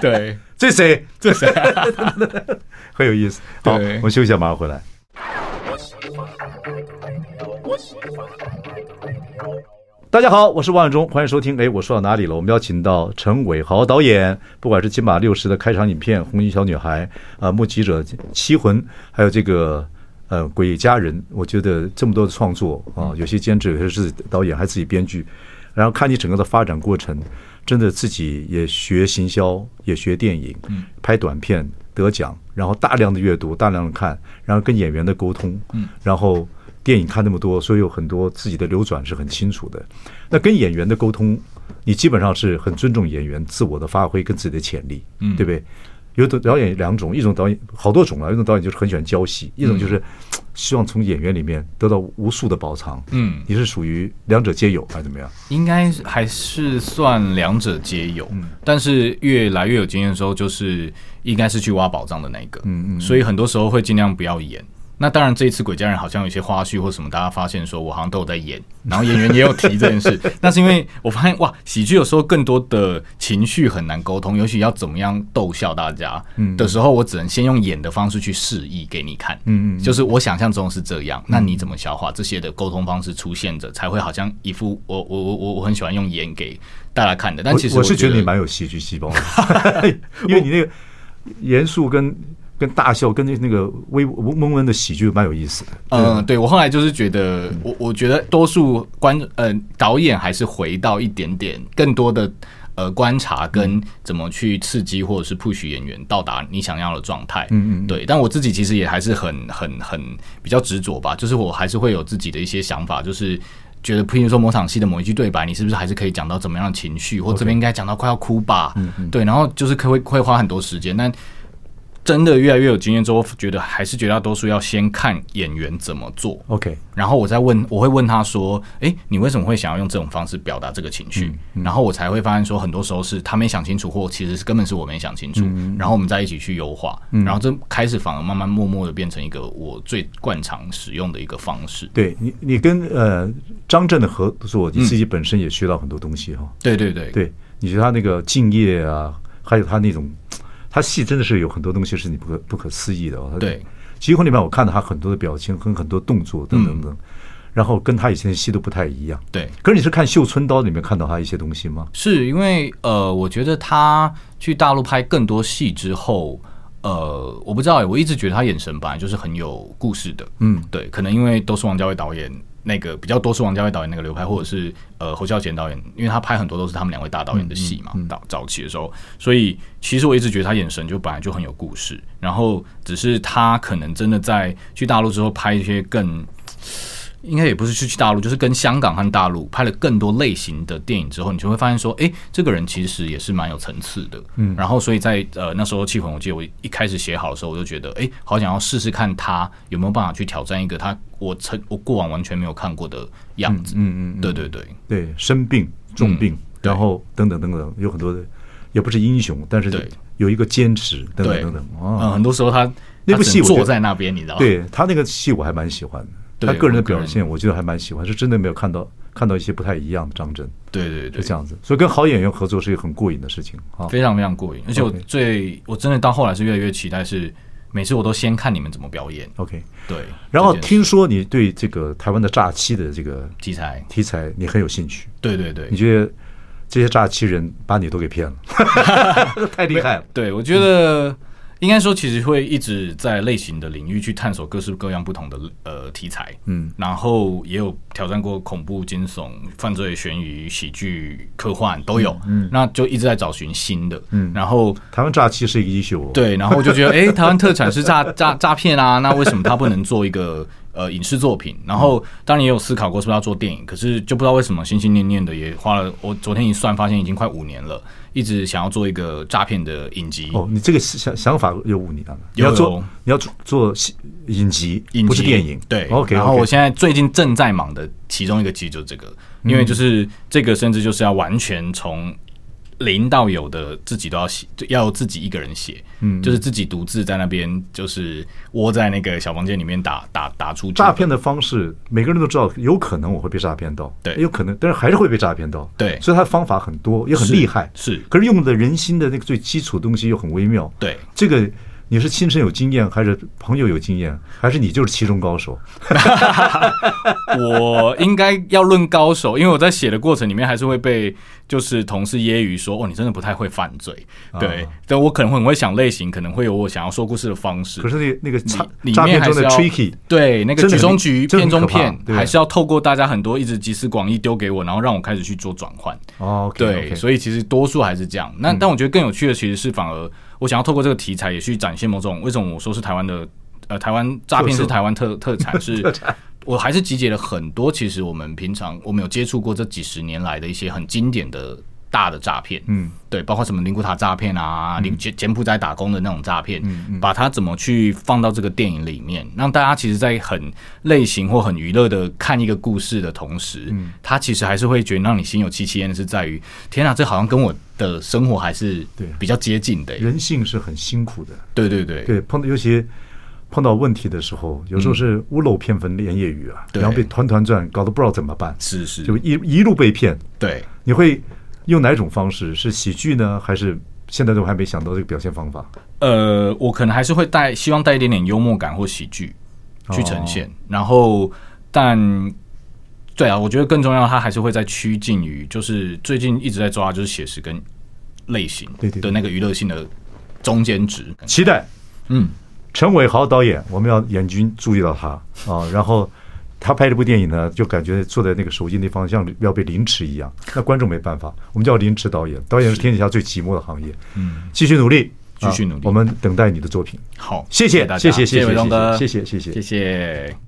[SPEAKER 2] 对
[SPEAKER 1] 这谁？这谁？ 很有意思。好，我
[SPEAKER 2] 对
[SPEAKER 1] 们休息一下，马上回来。大家好，我是王永忠，欢迎收听。哎，我说到哪里了？我们邀请到陈伟豪导演，不管是《金马六十》的开场影片《红衣小女孩》啊，《目击者》《七魂》，还有这个呃《鬼家人》，我觉得这么多的创作啊，有些监制，有些是导演，还自己编剧，然后看你整个的发展过程，真的自己也学行销，也学电影，拍短片得奖，然后大量的阅读，大量的看，然后跟演员的沟通，然后电影看那么多，所以有很多自己的流转是很清楚的。那跟演员的沟通，你基本上是很尊重演员自我的发挥跟自己的潜力，嗯，对不对？有的导演两种，一种导演好多种啊，一种导演就是很喜欢教戏，一种就是嘖希望从演员里面得到无数的宝藏。
[SPEAKER 2] 嗯
[SPEAKER 1] 你是属于两者皆有还是怎么样？
[SPEAKER 2] 应该还是算两者皆有，但是越来越有经验之后，就是应该是去挖宝藏的那一个。嗯嗯，所以很多时候会尽量不要演。那当然，这一次《鬼家人》好像有一些花絮或什么，大家发现说我好像都有在演，然后演员也有提这件 事。那是因为我发现哇，喜剧有时候更多的情绪很难沟通，尤其要怎么样逗笑大家的时候，我只能先用演的方式去示意给你看。嗯嗯，就是我想象中是这样，
[SPEAKER 1] 嗯
[SPEAKER 2] 那你怎么消化这些的沟通方式出现着，才会好像一副我我我我我很喜欢用演给大家看的。但
[SPEAKER 1] 我
[SPEAKER 2] 其实
[SPEAKER 1] 我是觉
[SPEAKER 2] 觉
[SPEAKER 1] 得你蛮有戏剧细胞 的，因为你那个严肃跟跟大笑跟那那个微温温的喜剧蛮有意思的。
[SPEAKER 2] 嗯，对我后来就是觉得，我我觉得多数观呃导演还是回到一点点更多的呃观察跟怎么去刺激或者是 push 演员到达你想要的状态。嗯嗯，对。但我自己其实也还是很很很比较执着吧，就是我还是会有自己的一些想法，就是。觉得，譬如说某场戏的某一句对白，你是不是还是可以讲到怎么样的情绪，或这边应该讲到快要哭吧？对，然后就是可会会花很多时间，但真的越来越有经验之后，觉得还是绝大多数要先看演员怎么做，
[SPEAKER 1] OK，
[SPEAKER 2] 然后我再问，我会问他说：“诶，你为什么会想要用这种方式表达这个情绪？”然后我才会发现说，很多时候是他没想清楚，或其实是根本是我没想清楚。然后我们再一起去优化，然后这开始反而慢慢默默的变成一个我最惯常使用的一个方式。
[SPEAKER 1] 对你你跟呃张震的合作，你自己本身也学到很多东西哈、
[SPEAKER 2] 对对嗯对，
[SPEAKER 1] 对，你觉得他那个敬业啊，还有他那种，他戏真的是有很多东西是你不可不可思议的、哦。他
[SPEAKER 2] 对，
[SPEAKER 1] 结婚里面我看到他很多的表情跟很多动作等
[SPEAKER 2] 嗯
[SPEAKER 1] 等等，然后跟他以前的戏都不太一样。
[SPEAKER 2] 对
[SPEAKER 1] 可是你是看《绣春刀》里面看到他一些东西吗？
[SPEAKER 2] 是因为呃，我觉得他去大陆拍更多戏之后，呃，我不知道欸，我一直觉得他眼神本来就是很有故事的，
[SPEAKER 1] 嗯，
[SPEAKER 2] 对，可能因为都是王家卫导演那个比较多是王家卫导演那个流派，或者是呃侯孝贤导演，因为他拍很多都是他们两位大导演的戏
[SPEAKER 1] 嗯
[SPEAKER 2] 嘛，早早期的时候，所以其实我一直觉得他眼神就本来就很有故事，然后只是他可能真的在去大陆之后拍一些更。应该也不是去去大陆，就是跟香港和大陆拍了更多类型的电影之后，你就会发现说，诶，这个人其实也是蛮有层次的。嗯，然后所以在呃那时候气氛，我记得我一开始写好的时候，我就觉得，诶，好想要试试看他有没有办法去挑战一个他我曾我过往完全没有看过的样子。
[SPEAKER 1] 嗯嗯嗯
[SPEAKER 2] 对对对，
[SPEAKER 1] 对，生病、重病，
[SPEAKER 2] 嗯对
[SPEAKER 1] 然后等等等等，有很多的，也不是英雄，但
[SPEAKER 2] 对
[SPEAKER 1] 是有一个坚持，等等
[SPEAKER 2] 对
[SPEAKER 1] 等等。
[SPEAKER 2] 嗯、
[SPEAKER 1] 哦，
[SPEAKER 2] 很多时候他
[SPEAKER 1] 那部戏
[SPEAKER 2] 他只
[SPEAKER 1] 我觉
[SPEAKER 2] 能
[SPEAKER 1] 得
[SPEAKER 2] 坐在那边，你知道吗？
[SPEAKER 1] 对他那个戏我还蛮喜欢的，
[SPEAKER 2] 啊对
[SPEAKER 1] 他个人的
[SPEAKER 2] 我个人
[SPEAKER 1] 表现我觉得还蛮喜欢，是真的没有看到看到一些不太一样的张震，
[SPEAKER 2] 对对对
[SPEAKER 1] 是这样子。所以跟好演员合作是一个很过瘾的事情啊。
[SPEAKER 2] 非常非常过瘾。而且我
[SPEAKER 1] OK
[SPEAKER 2] 最我真的到后来是越来越期待是。每次我都先看你们怎么表演，
[SPEAKER 1] OK，
[SPEAKER 2] 对，
[SPEAKER 1] 然后
[SPEAKER 2] 这件事
[SPEAKER 1] 听说你对这个台湾的诈欺的这个
[SPEAKER 2] 题材，
[SPEAKER 1] 题材你很有兴趣，
[SPEAKER 2] 对对对
[SPEAKER 1] 你，觉得这些诈欺人把你都给骗了， 太厉害了。
[SPEAKER 2] 对，我觉得应该说，其实会一直在类型的领域去探索各式各样不同的呃题材，
[SPEAKER 1] 嗯，
[SPEAKER 2] 然后也有挑战过恐怖、惊悚、犯罪、悬疑、喜剧、科幻都有，嗯，那就一直在找寻新的，嗯，然后
[SPEAKER 1] 台湾诈欺是一个 issue，哦，
[SPEAKER 2] 对，然后我就觉得，诶，台湾特产是诈诈诈骗啊，那为什么他不能做一个呃影视作品？然后当然也有思考过是不是要做电影，可是就不知道为什么心心念念的也花了，我昨天一算发现已经快五年了，一直想要做一个诈骗的影集。
[SPEAKER 1] 哦，你这个想想法有五年了，你
[SPEAKER 2] 有
[SPEAKER 1] 要做
[SPEAKER 2] 有
[SPEAKER 1] 你要做做戏影集，
[SPEAKER 2] 影集
[SPEAKER 1] 不是电影。
[SPEAKER 2] 对。
[SPEAKER 1] OK，
[SPEAKER 2] 然后我现在最近正在忙的其中一个集就是这个，因为就是这个，甚至就是要完全从零到有的自己都要写，就要自己一个人写，嗯，就是自己独自在那边，就是窝在那个小房间里面打打打出
[SPEAKER 1] 诈骗的方式，每个人都知道，有可能我会被诈骗到，
[SPEAKER 2] 对
[SPEAKER 1] 有可能，但是还是会被诈骗到，
[SPEAKER 2] 对
[SPEAKER 1] 所以他的方法很多，也很
[SPEAKER 2] 是
[SPEAKER 1] 厉害，
[SPEAKER 2] 是
[SPEAKER 1] 可是用的人心的那个最基础的东西又很微妙，
[SPEAKER 2] 对。
[SPEAKER 1] 这个你是亲身有经验，还是朋友有经验，还是你就是其中高手？
[SPEAKER 2] 我应该要论高手，因为我在写的过程里面还是会被就是同事揶揄说：“哦，你真的不太会犯罪。”
[SPEAKER 1] 啊
[SPEAKER 2] 对，但我可能会很会想类型，可能会有我想要说故事的方式。
[SPEAKER 1] 可是那那个诈
[SPEAKER 2] 里
[SPEAKER 1] 诈
[SPEAKER 2] 里
[SPEAKER 1] 骗
[SPEAKER 2] 面还
[SPEAKER 1] 中
[SPEAKER 2] 是
[SPEAKER 1] 的
[SPEAKER 2] 要
[SPEAKER 1] tricky，
[SPEAKER 2] 对那个
[SPEAKER 1] 真的
[SPEAKER 2] 局
[SPEAKER 1] 很
[SPEAKER 2] 中局、
[SPEAKER 1] 真的
[SPEAKER 2] 片中
[SPEAKER 1] 很可怕
[SPEAKER 2] 片
[SPEAKER 1] 对，不对
[SPEAKER 2] 还是要透过大家很多一直集思广益丢给我，然后让我开始去做转换。
[SPEAKER 1] 哦，OK，
[SPEAKER 2] 对
[SPEAKER 1] OK 嗯
[SPEAKER 2] 所以其实多数还是这样。那、但我觉得更有趣的其实是反而我想要透过这个题材也去展现某种为什么我说是台湾的呃台湾诈骗
[SPEAKER 1] 特
[SPEAKER 2] 是
[SPEAKER 1] 色
[SPEAKER 2] 台湾特特 产是。我还是集结了很多，其实我们平常我们有接触过这几十年来的一些很经典的大的诈骗，
[SPEAKER 1] 嗯，
[SPEAKER 2] 对，包括什么灵骨塔诈骗啊，柬、柬埔寨打工的那种诈骗，
[SPEAKER 1] 嗯
[SPEAKER 2] 把它怎么去放到这个电影里面，让大家其实，在很类型或很娱乐的看一个故事的同时，它其实还是会觉得让你心有戚戚焉的是在于，天啊，这好像跟我的生活还是
[SPEAKER 1] 对
[SPEAKER 2] 比较接近的、
[SPEAKER 1] 人性是很辛苦的，
[SPEAKER 2] 对对对，
[SPEAKER 1] 对，碰到尤其碰到问题的时候，有时候是屋漏偏逢连夜雨啊，
[SPEAKER 2] 对
[SPEAKER 1] 然后被团团转，搞得不知道怎么办，
[SPEAKER 2] 是是，
[SPEAKER 1] 就一一路被骗。
[SPEAKER 2] 对。
[SPEAKER 1] 你会用哪种方式？是喜剧呢，还是现在都还没想到这个表现方法？
[SPEAKER 2] 呃，我可能还是会带，希望带一点点幽默感或喜剧
[SPEAKER 1] 哦
[SPEAKER 2] 去呈现。然后，但对啊，我觉得更重要，它还是会在趋近于，就是最近一直在抓，就是写实跟类型
[SPEAKER 1] 对对对
[SPEAKER 2] 的那个娱乐性的中间值。
[SPEAKER 1] 期待
[SPEAKER 2] 嗯，
[SPEAKER 1] 陈伟豪导演，我们要眼睛注意到他啊，然后。他拍这部电影呢，就感觉坐在那个手机那方向要被凌迟一样，那观众没办法，我们叫凌迟导演，导演是天底下最寂寞的行业，嗯，继续努力，
[SPEAKER 2] 继续
[SPEAKER 1] 啊
[SPEAKER 2] 努力
[SPEAKER 1] 我们等待你的作品。
[SPEAKER 2] 好，
[SPEAKER 1] 谢谢
[SPEAKER 2] 大，家，
[SPEAKER 1] 谢谢，谢
[SPEAKER 2] 谢
[SPEAKER 1] 谢
[SPEAKER 2] 伟东哥，
[SPEAKER 1] 谢谢，谢谢，谢谢
[SPEAKER 2] 谢。谢。